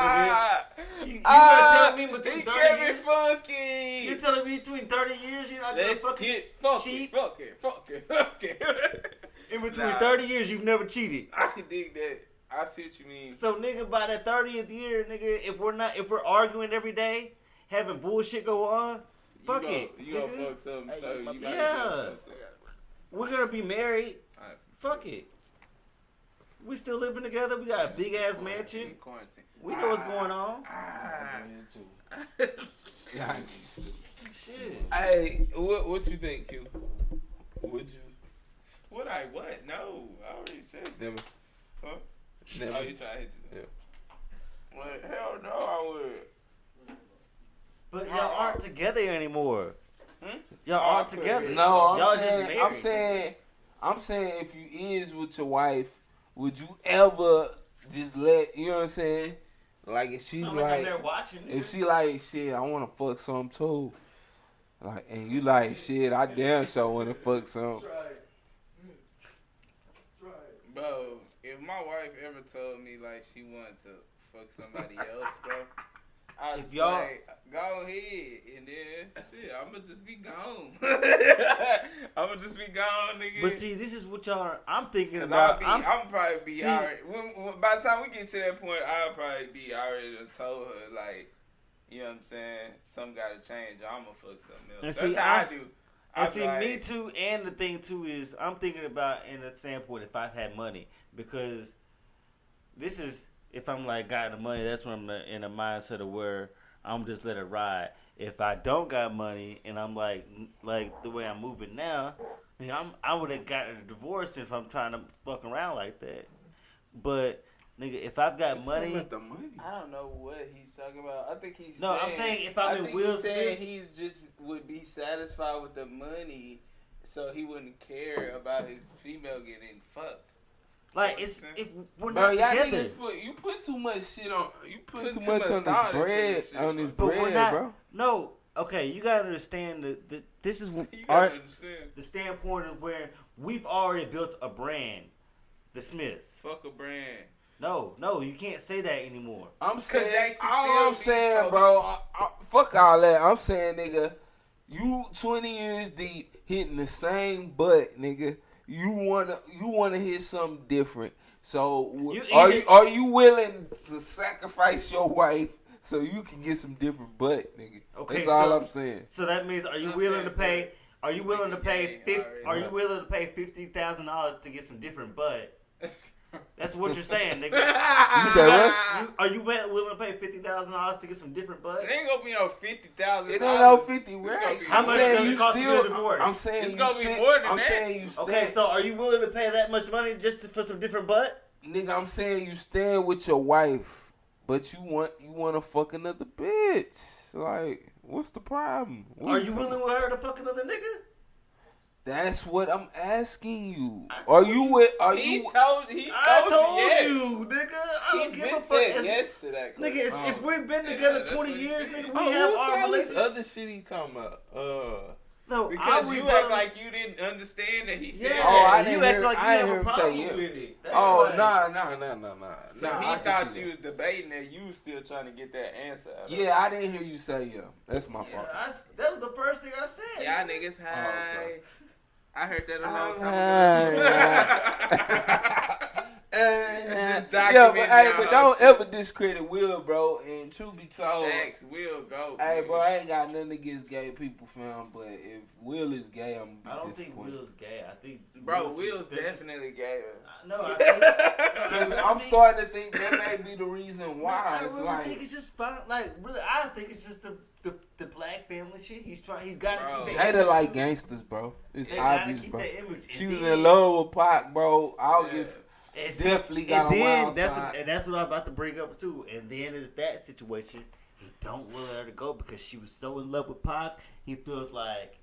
Nigga, you, you Ah, gonna tell me between he thirty get me years? funky. You telling me between thirty years you're not gonna Let's fucking get funky, cheat? funky, funky, *laughs* funky. in between Nah. thirty years you've never cheated? I can dig that. I see what you mean. So nigga, by that thirtieth year, nigga, if we're not if we're arguing every day, having bullshit go on, You fuck gonna- it. You gonna nigga. fuck something, so you might as Yeah. well fuck something. We're gonna be married. Alright. Fuck it. We still living together. We got a big ass mansion. In quarantine. We know what's going on. Ah. Yeah. Shit. Hey, what what you think, Q? Would you? What I what? No, I already said. that. Never. Huh? Never. Oh, you try to hit this? Well, hell no, I would. But y'all aren't together anymore. Y'all Oh, aren't I could together. be. No, I'm y'all saying, just I'm married. saying, I'm saying, if you is with your wife, would you ever just let you know what I'm saying? Like if she I'm like, I'm like, there watching. if nigga. she like, shit, I want to fuck some too. Like, and you like, shit, I damn sure want to fuck some. Bro, if my wife ever told me like she wanted to fuck somebody else, *laughs* bro, I If was y'all- like, go ahead and then shit, I'ma just be gone. *laughs* I'ma just be gone, nigga. But see, this is what y'all. Are, I'm thinking 'Cause I'll about. be, I'm, I'm, probably be See- already. When, when, by the time we get to that point, I'll probably be already done told her like, you know what I'm saying? Something gotta change. or I'ma fuck something else. And That's see, how I, I- do. And I see, me too. And the thing too is, I'm thinking about in the standpoint if I've had money because this is if I'm like got the money, that's when I'm in a mindset of where I'm just let it ride. If I don't got money and I'm like like the way I'm moving now, I mean, I'm I would have gotten a divorce if I'm trying to fuck around like that. But nigga, if I've got money, the money. I don't know what he's talking about. I think he's No, I'm saying if I'm I in think Will he's saying he's just would be satisfied with the money, so he wouldn't care about his female getting fucked. like it's if we're Bro, not y'all together. niggas put you put too much shit on you put, Put too, too much, much on thought this into bread this shit, on this But bread, we're not. bro. No, okay, you gotta understand that the, this is what You our, gotta understand. the standpoint of where we've already built a brand, the Smiths. Fuck a brand. *laughs* No, no, you can't say that anymore. I'm y'all saying can still all I'm be saying, told- bro. I, I, fuck all that. I'm saying, nigga, you 20 years deep hitting the same butt, nigga. You wanna you wanna hit something different. So w- You are either- you are you willing to sacrifice your wife so you can get some different butt, nigga? Okay, That's all so- I'm saying. So that means, are you I'm willing saying, to pay? Are you willing to pay Yeah, fifty? Are already. you willing to pay fifty thousand dollars to get some different butt? That's what you're saying, nigga. You say what? You, are you wi- willing to pay fifty thousand dollars to get get some different butt? It ain't gonna be no fifty thousand. It ain't no 50 racks. How I'm much saying does it you cost to still- get a divorce? I'm saying It's you gonna be spent- more than I'm that. saying you Okay, spent- so are you willing to pay that much money just to, for some different butt? Nigga, I'm saying you stand with your wife, but you want you want to fuck another bitch. Like, what's the problem? What Are you talking- willing with her to fuck another nigga? That's what I'm asking you. I Are told you you. with? Are He you? told. He told, I told Oh, yes. you, nigga. I don't He's give been a fuck. said It's- yes to that. Nigga, it's, if Oh. we've been Yeah, together that's what 20 he years, said. nigga, we Oh, have what's our all this relationship. other shit he talking about? Uh, No, because I you rebuttal- act like you didn't understand that he said. Yeah. that. Oh, I He didn't hear- I didn't hear him say yeah. oh like- no no no no no. So Nah, he I can thought see you was debating that you was still trying to get that answer. out that. of it. Yeah, I didn't hear you say yeah. That's my fault. I s- that was the first thing I said. Y'all Oh, niggas high. I heard that a long time ago. Yeah, *laughs* Just but, document hey, now. but don't ever discredit Will, bro. And truth be told, Facts, Will go. Oh. Hey, man. bro, I ain't got nothing against gay people, fam. But if Will is gay, I'm. I don't think Will's gay. I think Bro, Will's Will's just- there's just- definitely gay. No, *laughs* I think, no, I really I'm think- starting to think that may be the reason why. I It's really like, think it's just fine. Like, really, I think it's just the the, the black family shit. He's trying. He's got to keep Jada that image like too. gangsters, bro. It's They gotta obvious, keep bro. that image. She And was then- in love with Pac, bro. August And see- definitely got and a then wild that's side. What, and that's what I'm about to bring up too. And then it's that situation. He don't want her to go because she was so in love with Pac. He feels like,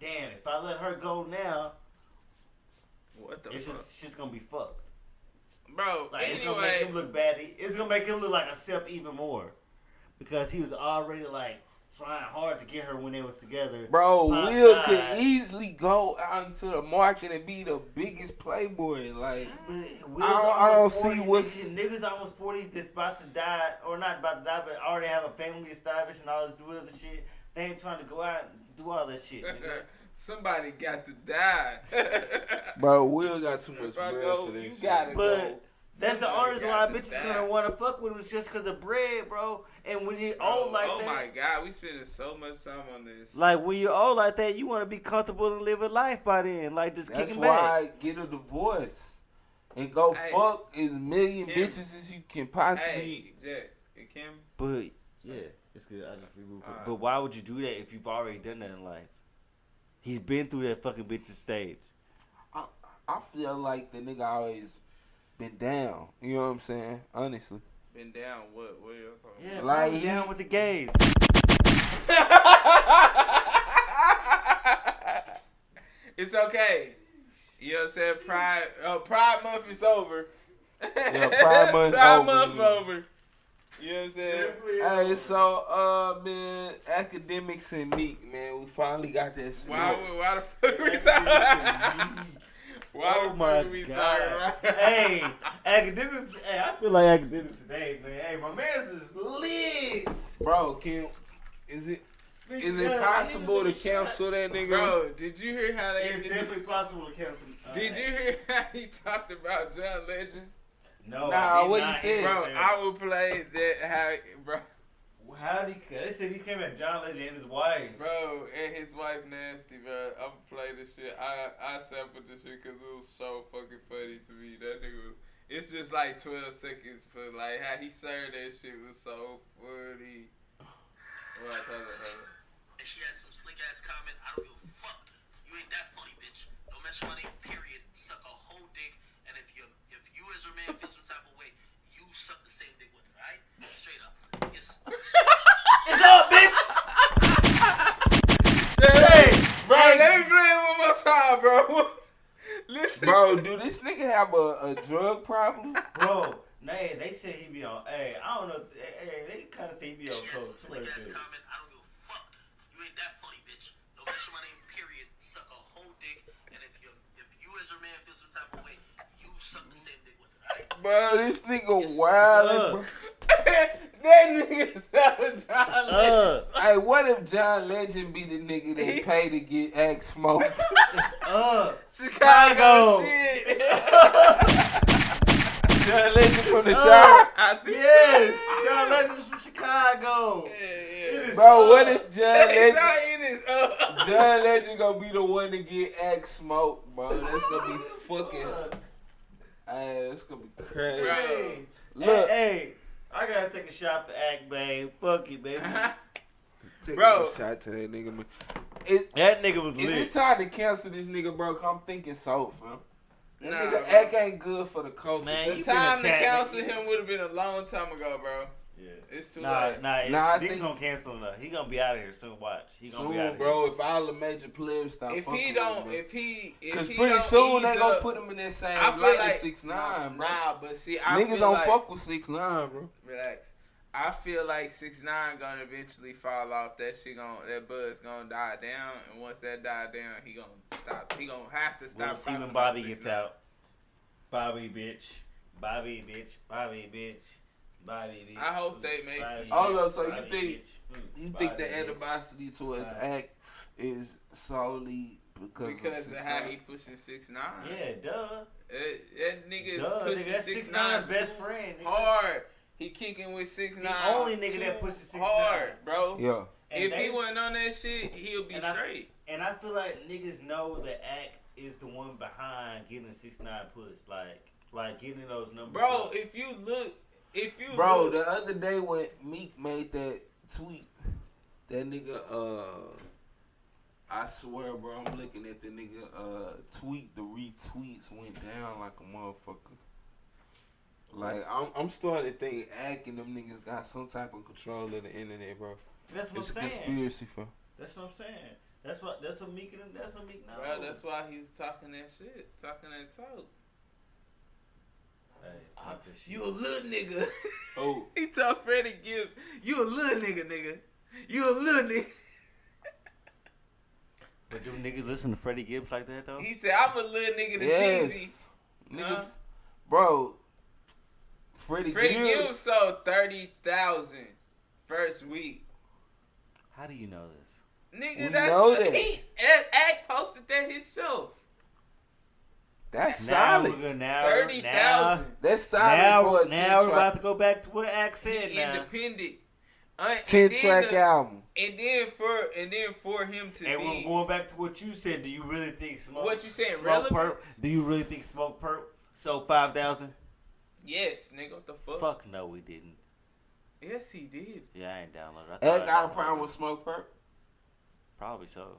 damn, if I let her go now, what the it's just she's gonna be fucked. Bro, Like it's gonna anyway. make him look bad. It's gonna make him look like a simp even more because he was already like trying hard to get her when they was together. Bro, Pac Will died. could easily go out into the market and be the biggest playboy. Like, Will's I don't, I don't almost see 40, what's niggas- niggas almost forty that's about to die or not about to die, but already have a family established and all this do other shit. They ain't trying to go out and do all that *laughs* shit. nigga. Somebody got to *laughs* die. Bro, Will got too much If I bread go, for this. you shit. gotta But go. that's the Somebody only reason why got to bitches die. gonna want to fuck with him is just cause of bread, bro. And when you Oh, old like oh that, my god, we spending so much time on this. like when you're old like that, you want to be comfortable and live a life by then, like just That's kicking why back. get a divorce and go Hey, fuck as million Kim. bitches as you can possibly. Hey, Jack and Kim. But yeah, it's good. I just removed Alright. But why would you do that if you've already done that in life? He's been through that fucking bitch's stage. I, I feel like the nigga always been down. You know what I'm saying? Honestly. Been down what? What are you talking Yeah, about? Like, like down with the gays. It's okay. You know what I'm saying? Pride uh, Pride Month is over. Yeah, Pride *laughs* Month Pride over, Month yeah. over. You know what I'm saying? Hey, so uh man, academics and meek, man, we finally got that smoke. Why, we- why the fuck we talking? why Oh the my fuck we talking god! about? *laughs* hey, academics. Hey, I feel like academics today, man. Hey, my man's is lit. Bro, can is it is Speak it up. possible to cancel that nigga? Bro, did you hear how they It's definitely possible to cancel. uh, Did you hear how he talked about John Legend? No, Nah, I did what he not said. hear Bro, him. I would play that how bro How did he? They said he came at John Legend and his wife. bro and his wife nasty bro. I'm play this shit. I I sampled this shit because it was so fucking funny to me. That nigga was. It's just like 12 seconds, but like how he served that shit was so funny. Well, hold on, hold on. And she had some slick ass comment. I don't give a fuck. You ain't that funny, bitch. Don't mention my name. Period. Suck a whole dick. And if you if you as your man feel some type of way, you suck the same dick with it. All right? Straight up. Yes. It's up, bitch. hey, Bro, hey, let me play it one more time, bro. *laughs* Listen. Bro, do this nigga have a, a drug problem? bro. Nah, they said he be on. Hey, I don't know. Hey, hey, they kind of say he be on coke. Somebody said. You ain't that funny, bitch. Don't mention my name. Period. Suck a whole dick. And if you if you as your man feel some type of way, you suck the same dick with it. All right? Bro, this nigga up. wild. that nigga's out of John up. Legend. Hey, what if John Legend be the nigga that pay to get X smoked? It's up. Chicago. uh, Chicago. Shit. John Legend *laughs* from the shower. *laughs* I think *laughs* Yes, John Legend is from Chicago. Yeah, yeah. It is Bro, what up. if John It's Legend? not in his- uh, *laughs* John Legend gonna be the one to get X smoked, bro. That's gonna be fucking. Hey, that's gonna be crazy. Bro. Look, Hey, hey, I gotta take a shot for Act, babe. Fuck *laughs* you, baby. take Bro. a shot to that nigga. Man. Is, That nigga was is it lit. time to cancel this nigga, bro? i I'm thinking so, fam. That Nah, nigga bro. act ain't good for the culture. Man, The you been a time to chat, counsel nigga. him would have been a long time ago, bro. Yeah. It's too Nah, late. nah, it's, Nah, I niggas think- gonna cancel him. though. He gonna be out of here soon. Watch, he gonna be out soon, of bro. If all the major players stop If fucking he don't, with him, if he, if because he pretty don't soon they ease gonna up, put him in that same I feel light like as six nine, bro. Nah, but see, I Niggas feel don't like, fuck with six nine, bro. Relax. I feel like six nine gonna eventually fall off. That shit gonna that buzz gonna die down, and once that die down, he gonna stop. He gonna have to stop. We'll see talking when about Bobby 6ix9ine. gets out. Bobby, bitch. Bobby, bitch. Bobby, bitch. Bobby, bitch. I hope they make some Bobby, shit. Hold up, Oh, so Bobby, you think bitch. you Bobby, think the bitch. animosity towards Bobby. act is solely because Because of of 6ix9ine? how he pushing six nine. Yeah, duh. That, that nigga Duh, nigga, is pushing that's six 6ix9ine nine best friend, nigga. Hard. He kicking with six nine. only nigga that pushes 6ix9ine. hard, bro. Yeah. And if they- he wasn't on that shit, he'll be And I- straight. And I feel like niggas know that Act is the one behind getting six nine push, like like getting those numbers. bro, up. if you look, if you Bro, look, the other day when Meek made that tweet, that nigga, uh, I swear, bro, I'm looking at the nigga uh, tweet. The retweets went down like a motherfucker. Like I'm, I'm starting to think acting them niggas got some type of control of the internet, bro. That's what it's I'm a saying. conspiracy, bro. That's what I'm saying. That's what that's what Meek and that's what Meek knows. bro, that's why he was talking that shit, talking that talk. Hey, talk your shit. You a little nigga. Oh, *laughs* he told Freddie Gibbs, "You a little nigga, nigga. You a little nigga." But do niggas listen to Freddie Gibbs like that though? He said, "I'm a little nigga to Yes. Jeezy." niggas, Huh? bro. Freddie, Freddie Gibbs, Gibbs sold thirty thousand first week. How do you know this? Nigga, We that's know that. he. Ag Ag posted that himself. that's Now solid. we're gonna now Thirty now thousand. That's solid. now, for a now we're 10 about track, to go back to what Act said He now. independent. Uh, ten and then track the- album. And then for and then for him to And we're be going back to what you said. Do you really think smoke? What you saying, Smoke relevant? perp? Do you really think smoke perp? So five thousand? yes, nigga, what the fuck? Fuck no, we didn't. Yes, he did. Yeah, I ain't downloaded. I thought I Act got a downloaded problem it. with Smoke Perp. Probably so.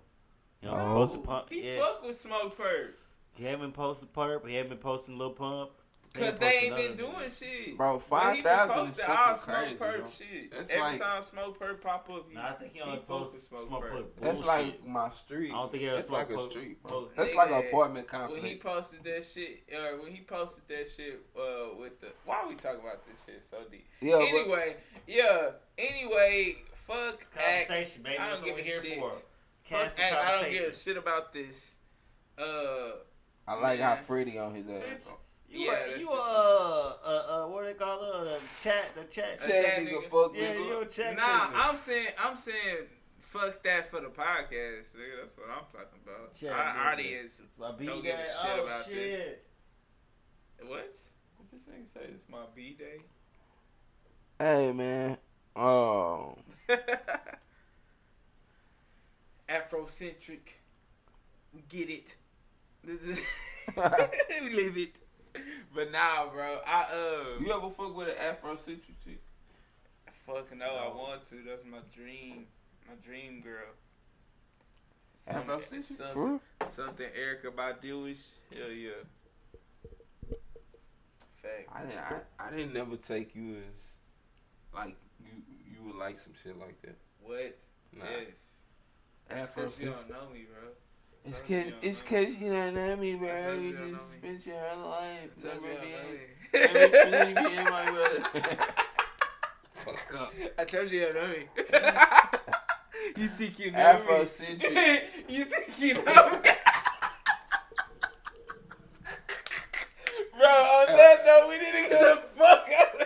You know, Oh. No. post a pump. He yeah, fuck with Smoke Perp he haven't posted perp. He haven't posted little pump. He because they posted ain't been none of doing this. shit. Bro, When five he been thousand is posting all fucking Smoke crazy. Perp bro. shit. That's Every like- time Smoke Perp pop up, he, Nah, I think he only fuck with posted Smoke smoke, Perp. perp. That's bullshit. like my street. I don't think it was that's like a smoke, street, smoke, bro. smoke. That's like an Nigga, apartment When he complex. posted that shit, or when he posted that shit uh, with the why we talking about this shit so deep? Yeah, but- Anyway, yeah. Anyway, fuck. It's act. conversation, baby. I That's don't what we're give a here shit. for. Fuck Cast the act. I don't give a conversation. shit about this. Uh, I like how Yeah. Freddie on his ass. Bitch, You Yeah, are that's you just- are uh, uh, uh what do they call it? Uh, chat the chat. A Chat chat nigga, nigga. fuck Yeah, nigga. you a chat. nah, nigga. I'm saying, I'm saying, fuck that for the podcast, nigga. That's what I'm talking about. Chat Our nigga. audience, My B Don't give day. a shit Oh about this. *laughs* shit. what? What this thing say? It's my b day. Hey man, um, *laughs* Afrocentric. We get it. *laughs* we live it. But nah, bro. I uh you ever fuck with an Afro Central chick? fuck no, No. I want to. That's my dream. My dream girl. Some- Afro Central, for something, real? something Erica Baduish. Hell yeah. Fact. I didn't, I, I didn't never take you as like you you would like some shit like that. What? Nah. Yes. That's Afro 'cause you Central. don't know me, bro. It's Told you cause you don't it's know cause you don't know me, bro. told you You you don't just know me. spent your whole life I told never you I being, know never me. truly being my *laughs* brother. Fuck up. I told you you know me. *laughs* you think you know me? Afrocentric. *laughs* you think you know me? *laughs* Bro, on that note, we need to get the *laughs* fuck out of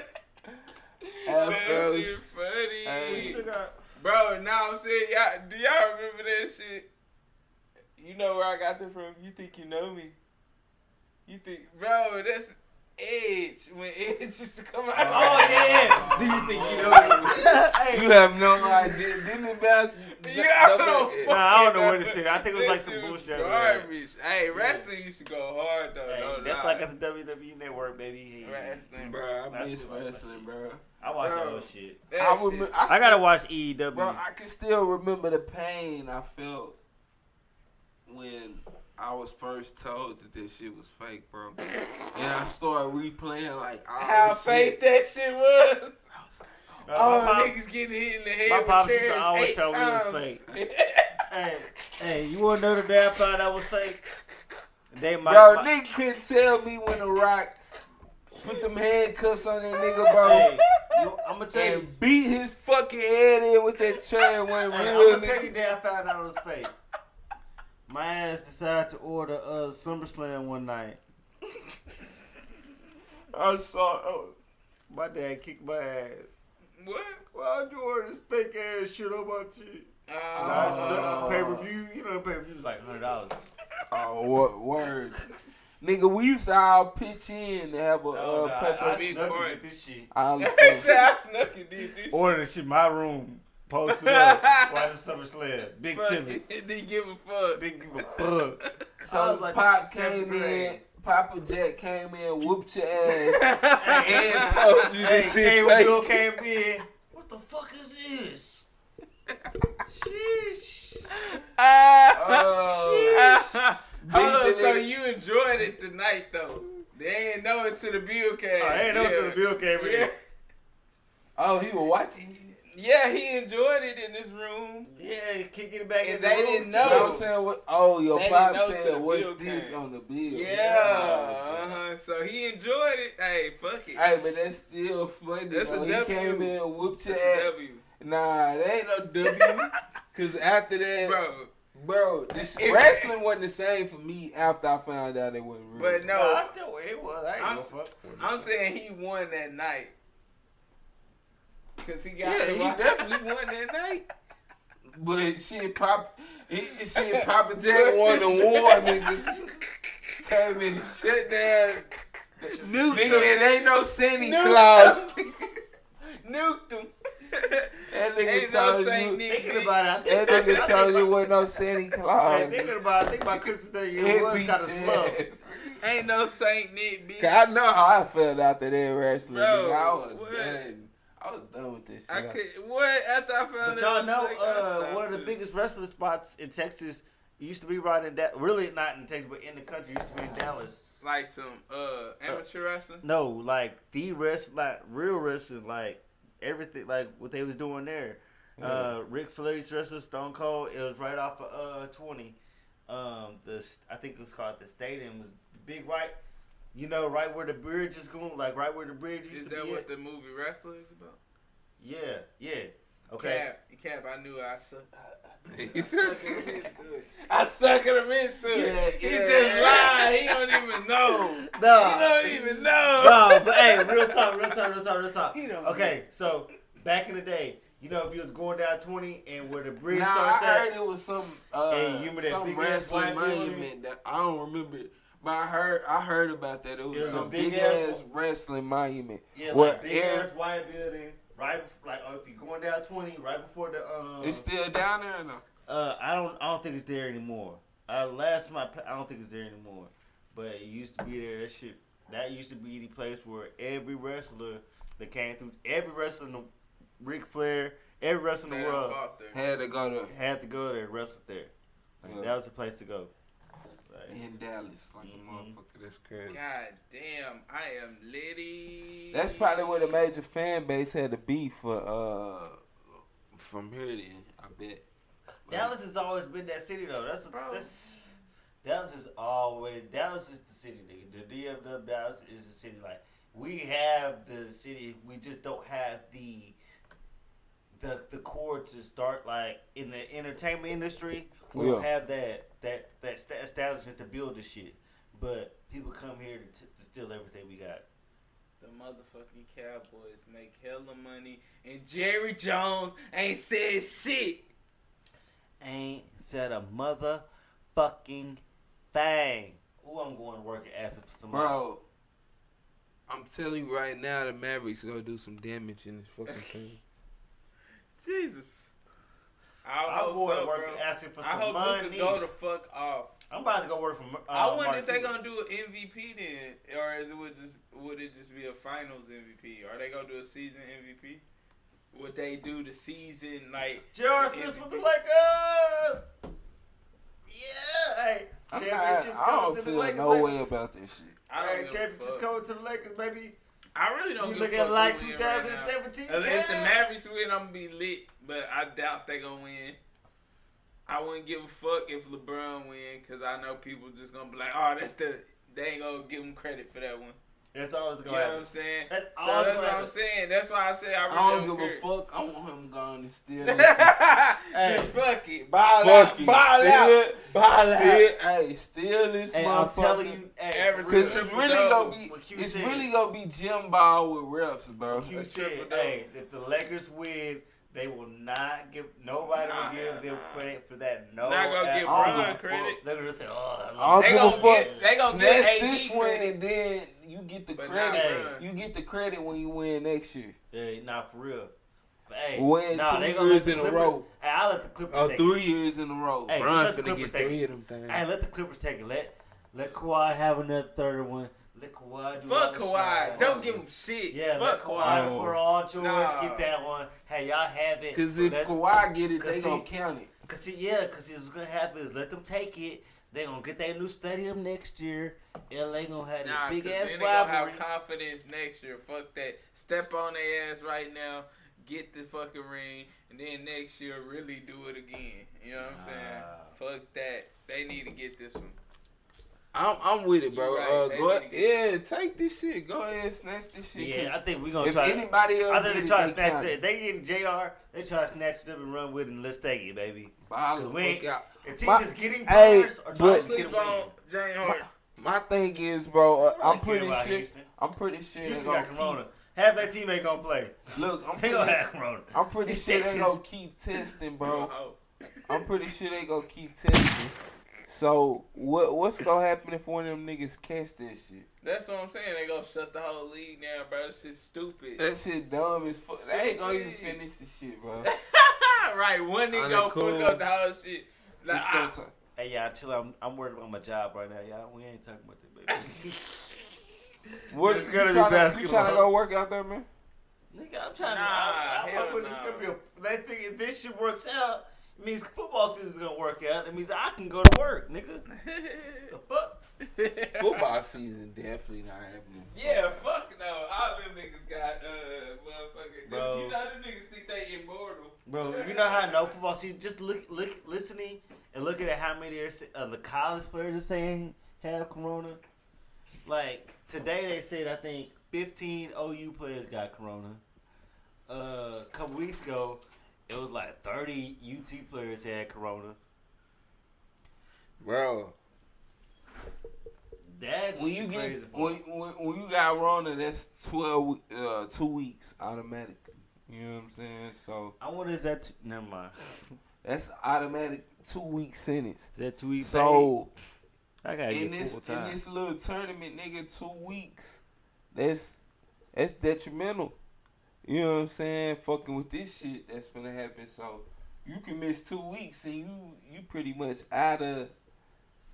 here. That Afro. shit funny. Hey. We still got- Bro, now I'm saying, y'all, do y'all remember that shit? You know where I got that from? You think you know me? You think, bro, that's Edge. When Edge used to come out. Oh yeah. Do you think you know? me? *laughs* Hey, You have no idea. Didn't it bounce? Yeah, I double- don't Nah, I don't fucking know where this shit- I think it was like That some shit bullshit over there. Garbage. Hey, wrestling used to go hard though. hey, no that's lie. like at the WWE E network, baby. Hey, wrestling, bro. Bro, I That's miss too much, wrestling, bro. I watch Bro. all this shit. That I, shit. remember, I gotta watch E EW. Bro, I can still remember the pain I felt when I was first told that this shit was fake, bro. and I started replaying like all how the fake shit. that shit was. Uh, Oh, my pops- niggas getting hit in the head. my with pops used to chairs always eight tell me it was times. hey, hey, you wanna know the damn thought I was fake? They might. Bro, my- nigga couldn't tell me when the rock put them handcuffs on that nigga, bro. Hey, you, I'm gonna tell and you. beat his fucking head in with that chair. Wayne Hey, real I'm gonna tell nigga. you that I found out it was fake. My ass decided to order uh SummerSlam one night. I saw. Oh, my dad kicked my ass. *laughs* What? Why you order this fake ass shit on my shit? and I Oh. Uh, snuck pay per view. You know, pay per view was like hundred dollars. Oh, what word? Nigga, we used to all pitch in to have a No, uh, no, pepper. I, I snuck and did this shit. *laughs* I'll- *laughs* snuck and did this Ordered this shit in my room. Posted up. Watching SummerSlam. Big Fuck chili. it. Didn't give a fuck. *laughs* Didn't give a fuck. So I was like Pop came seventh grade. *laughs* in, Papa Jack came in, whooped *laughs* your ass, *laughs* and told you Hey, this shit. came when fake. Bill came in. What the fuck is this? Sheesh. Oh, Uh, Beat Ah. Hold on, the so nigga. you enjoyed it tonight though. They ain't know it till the bill came. I ain't know yeah. till the bill came in. Yeah. Oh, he was watching. yeah, he enjoyed it in this room. Yeah, kicking it back and in the they room Didn't You too. know what know. I'm saying? What, oh, your They pop didn't know till said, the bill what's this came." on the bill? Yeah. Uh-huh. So he enjoyed it. Hey, fuck it. Hey, but that's still funny. That's a though. W. He came in, whooped your That's a ass. W. Nah, that ain't no *laughs* W. Cause after that, Bro. bro, this If- wrestling wasn't the same for me after I found out it wasn't real. But no, No, I still it was. I ain't I'm no s- fuck. I'm saying he won that night. Cause he got Yeah, the he rock. definitely won *laughs* that night. But shit, Pop, he, *laughs* shit, Papa Jack Versus- won the war, niggas. Came in, shut down. Nigga, Nuked him. It ain't no Santa *laughs* Nuked *laughs* Claus. him. Nuked him. That nigga Ain't no told Saint you- Nick. Thinking about it, I That think, I said, I nigga think told about- you wasn't no Santa Claus. Hey, thinking about, I think about Christmas Day, it It was beat kind of your slow. ass. Ain't no Saint Nick, bitch. *laughs* 'Cause I know how I felt after that wrestling. Bro, nigga. I was what? done. I was done with this shit. I *laughs* could. What after I found But out? y'all know, I was like, I uh, stopped one of the too. biggest wrestling spots in Texas used to be right in that. Really, not in Texas, but in the country, used to be in Dallas. like some uh amateur wrestling. No, like the rest, like real wrestling, like everything, like what they was doing there. Uh, Rick Flair's wrestling Stone Cold. It was right off of uh twenty. Um, the s- I think it was called the Stadium. Was big right, you know, right where the bridge is going, like right where the bridge used Is to that be. what at. the movie Wrestler is about? Yeah, yeah. Okay. Cap, Cap, I knew I *laughs* suck. *laughs* I, I, I suck him into it. I suck him into Yeah, it. He yeah. just lied. He don't even *laughs* know. Nah. He don't even know. no, but hey, real talk, real talk, real talk, real talk. He don't Okay, so back in the day, you know, if you was going down twenty and where the bridge Nah, starts I at, heard it was some uh, Hey, you remember that some big ass wrestling white building? monument that I don't remember. it, But I heard I heard about that. It was It was a some big big, ass- ass, wrestling monument. yeah, where like big air- ass white building, right? bef- Like oh, if you're going down twenty, right before the um, Uh, It's still down there or no? uh, I don't, I don't think it's there anymore. Uh, last my, I don't think it's there anymore, but it used to be there. That shit, that used to be the place where every wrestler that came through, every wrestler, in the, Ric Flair, every wrestler in Man, the world. I fought there. Had to go to had to go there and wrestle there. Like, Yeah. That was the place to go. Like, in Dallas, like a motherfucker. That's crazy. God damn, I am litty. That's probably where the major fan base had to be for uh from here. Then I bet. Dallas has always been that city though. That's Bro. that's Dallas is always Dallas is the city. nigga. The DFW Dallas is the city. Like we have the city, we just don't have the the the core to start like in the entertainment industry. We don't Yeah. have that that that sta establishment to build the shit. But people come here to, t- to steal everything we got. The motherfucking Cowboys make hella money, and Jerry Jones ain't said shit. ain't said a motherfucking thing. Ooh, I'm going to work and asking for some money. Bro, I'm telling you right now, the Mavericks gonna do some damage in this fucking thing. Jesus. I I'm hope going so, to work bro. and asking for I some hope Luka money. go the fuck off. I'm about to go work for. Uh, I wonder Mark if they're Cuban. gonna do an MVP then, or is it would just would it just be a Finals MVP? Are they gonna do a season MVP? Would they do the season like? J.R. the Smith with MVP? the Lakers. Yeah, hey, I'm not, championships I coming don't to the feel Lakers. no baby. way about this shit. I don't Hey, give a championships fuck. coming to the Lakers, baby. I really don't. You give a looking fuck who like win right 2017 now. Unless the Cavs. Mavericks win, I'm gonna be lit. But I doubt they gonna win. I wouldn't give a fuck if LeBron win, cause I know people just gonna be like, "Oh, that's the." They ain't gonna give him credit for that one. That's all that's You know gonna what happen. I'm saying? That's so all that's that's gonna what I'm happen. saying. That's why I say I I really don't give care. a *laughs* fuck. I want him gone and still. *laughs* Just fuck it. Ball out. Ball out. Ball out. Still, hey, still this Hey, I'm motherfucker. telling you, hey, Every- real cause it's triple really double. gonna be, What Q it's said. really gonna be Jim Ball with refs, bro. You A said, triple hey, if the Lakers win, they will not give nobody Nah, will give them credit for that. No, Not gonna at give all. Bron I don't give a fuck. credit. They're gonna say, oh, I I don't love give it. a fuck. they gonna Snatch get AD this one credit. and then you get the But not credit. Bron. You get the credit when you win next year. Yeah, not for real. But, hey, Win nah, two they gonna let years the in a Clippers, row. Hey, I let the Clippers Or take Oh, three it. years in a row. Hey, Bron's let the finna get Clippers take three it. of them things. Hey, let the Clippers take it. Let let Kawhi have another third one. Let Kawhi do all Fuck the Kawhi. shit. Don't give him shit. Yeah, Fuck let Kawhi Kawhi. for all George Nah. get that one. Hey, y'all have it. Because if Let- Kawhi get it, Cause they see- gonna count it. Cause see, yeah, cause see, what's gonna happen is let them take it. They gonna get their new stadium next year. LA gonna have this Nah, big 'cause ass then they gonna rivalry. have confidence next year. Fuck that. Step on their ass right now. Get the fucking ring, and then next year really do it again. You know what I'm saying? Fuck that. They need to get this one. I'm, I'm with it, bro. You right. Uh, They go need to yeah, take this shit. Go ahead, snatch this shit. Yeah, 'cause I think we gonna if try. anybody else I think get they it, try to they snatch count it. it. They getting Jr. They try to snatch it up and run with it and let's take it, baby. Ball 'Cause the we ain't- fuck out. If T's My- is getting Hey, bars or but- Thomas getting Sleep away. on Oh, Jane My, Hart. my thing is, bro. Uh, I I'm don't care pretty about sure. Houston. I'm pretty sure. they Houston got gonna Corona. Half that team ain't gonna play. *laughs* keep- Look, I'm They gonna pretty, have Corona. I'm pretty It's sure they Texas. gonna keep testing, bro. Oh, I'm pretty sure they gonna keep testing. So what what's gonna happen if one of them niggas catch that shit? that's what I'm saying. They gonna shut the whole league down, bro. This shit's stupid. That shit dumb as fuck. They ain't gonna even finish the shit, bro. right, one nigga gonna On the fuck cool. up the whole shit. Like, It's ah, gonna- Hey y'all, chill. out. I'm, I'm worried about my job right now, y'all. We ain't talking about that, baby. What There's you gotta be tryna- You basketball. trying to go work out there, man? Nigga, I'm trying Nah, to. I, I, hell I, it's gonna nah. be a, they figure if this shit works out, it means football season's gonna work out. It means I can go to work, nigga. the fuck? Football season definitely not happening. yeah, fuck no. All them niggas got uh, motherfucking. Bro. You know them niggas think they immortal. Bro, you know how I know football season? Just look, look, listening and looking at how many are sa- of uh, the college players are saying have corona. Like today, they said I think 15 OU players got corona. Uh, a couple weeks ago, it was like 30 UT players had corona. Bro, That's when you the get crazy part. when, when, when you got Rona, that's twelve we- uh, two weeks automatically. You know what I'm saying? So I wonder is that t- never mind. that's automatic two week sentence. Is that two weeks? So I gotta in get this full time. in this little tournament, nigga, two weeks. That's that's detrimental. You know what I'm saying? Fucking with this shit that's gonna happen. So you can miss two weeks and you you pretty much out of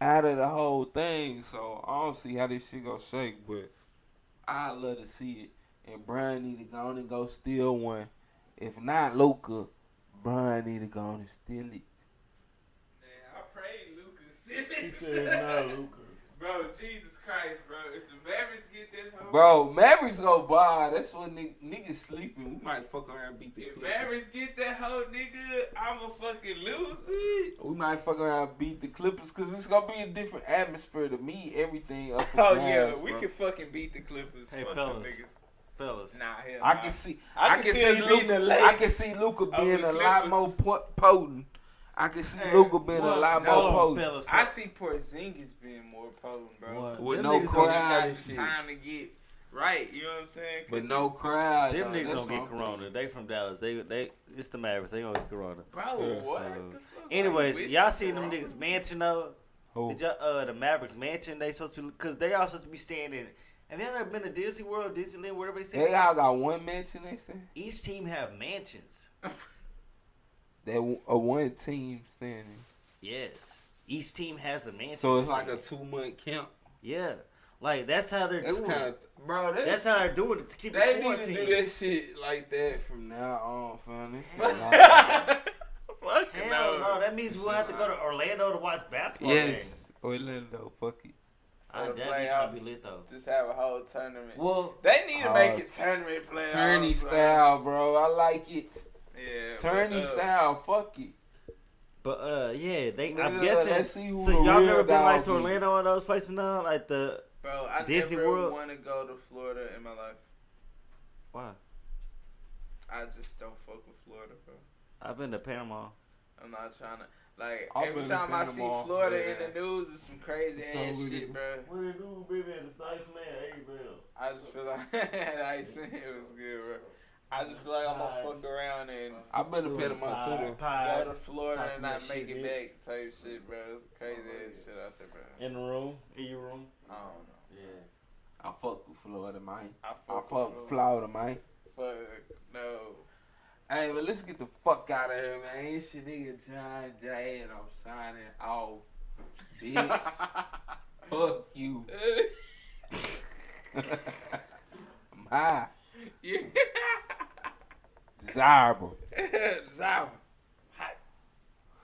out of the whole thing. So I don't see how this shit gonna shake, but I love to see it. And Brian need to go on and go steal one. If not Luca, Brian need to go on and steal it. Man, I pray Lucas. He Luca. Bro, Jesus Christ, bro. If the Mavericks get that hoe, Bro, Mavericks go by. That's what nigg- niggas sleeping. We might fuck around and beat the if Clippers. Mavericks get that hoe, nigga, I'ma fucking lose it. We might fuck around and beat the Clippers because it's gonna be a different atmosphere to me. Everything up. *laughs* Oh in yeah, Mavs, we bro. can fucking beat the Clippers. Hey, Fuck fellas. them niggas. Fellas, Nah, hell. I nah. can see. I I can can see us see beating the Luca. I Lakers can see Luca over being the a lot Clippers. more po- potent. I can see Hey, Luca being what? a lot No, more Hold on, potent. fellas. I see Porzingis being more potent, bro. What? With Them no niggas So gonna we crowd got and shit. time to get right. You know what I'm saying? 'Cause But no it's- crowd. Them though. niggas That's gonna get what I'm corona. They from Dallas. They they it's the Mavericks. They gonna get corona. Bro, Yeah, what so- the fuck? Anyways, Like, y'all with seen them Toronto? *laughs* niggas mansion though? thinking. Did y'all, uh, the Mavericks mansion? They supposed to be because they all supposed to be staying in. Have y'all ever been to Disney World, Disneyland, wherever they They stay? all got one mansion. They say Each team have mansions. that a one team standing. Yes, each team has a mansion. So it's like a two month camp. yeah, like that's how they're That's doing. kind it. of bro. That's, That's how they're doing it to keep they it need to quarantined. do that shit like that from now on, funny. *laughs* Fuck Hell no, that means we'll have to go to Orlando to watch basketball games. yes, Orlando, fuck it. I For the definitely gonna be playoffs. lit though. Just have a whole tournament. Well, They need to Uh, make it tournament playoffs. Tourney bro. style, bro. I like it. Yeah. Tourney but, uh, style, fuck it. But uh, yeah, they. Nigga, I'm let's see guessing. who So the y'all real never been like dogs to is. Orlando and those places now, like the Bro, I Disney never World. want to go to Florida in my life. Why? I just don't fuck with Florida, bro. I've been to Panama. I'm not trying to. Like I've every been to time I see Panama, Florida yeah. in the news, it's some crazy So ass we- shit, bro. What it do, baby? It's a nice man, hey, man. I just feel like *laughs* I ain't saying it was good, bro. I just feel like I'm gonna fuck around and I've been to Panama, too, though. Go to Florida and not make it back, type shit, bro. It's crazy ass shit out there, bro. In the room, in your room. I don't know. Yeah. I fuck with Florida, man. I fuck I with fuck with Florida. Florida, man. Fuck no. Hey, but let's get the fuck out of here, man. It's your nigga John Jay, and I'm signing off. *laughs* Bitch, fuck you. *laughs* I'm high. *laughs* Yeah. Desirable. Zow. Hot.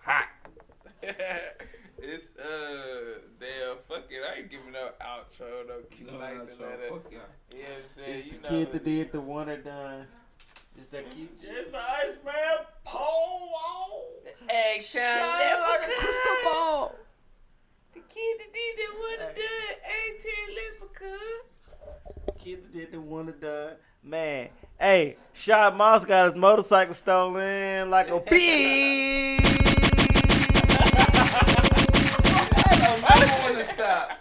Hot. *laughs* it's uh damn fuck it. I ain't giving no outro no cute No like outro, that. You know what fuck y'all. I'm saying? It's you the know kid who that it did the one and done. It's that kid. It's the Iceman Pole on. Egg Shine like a crystal ball. The kid that did that would have done 18 leprechaun. Kid that did the one and done. Man, hey, Shot Moss got his motorcycle stolen like *laughs* a bitch. I don't know when to stop.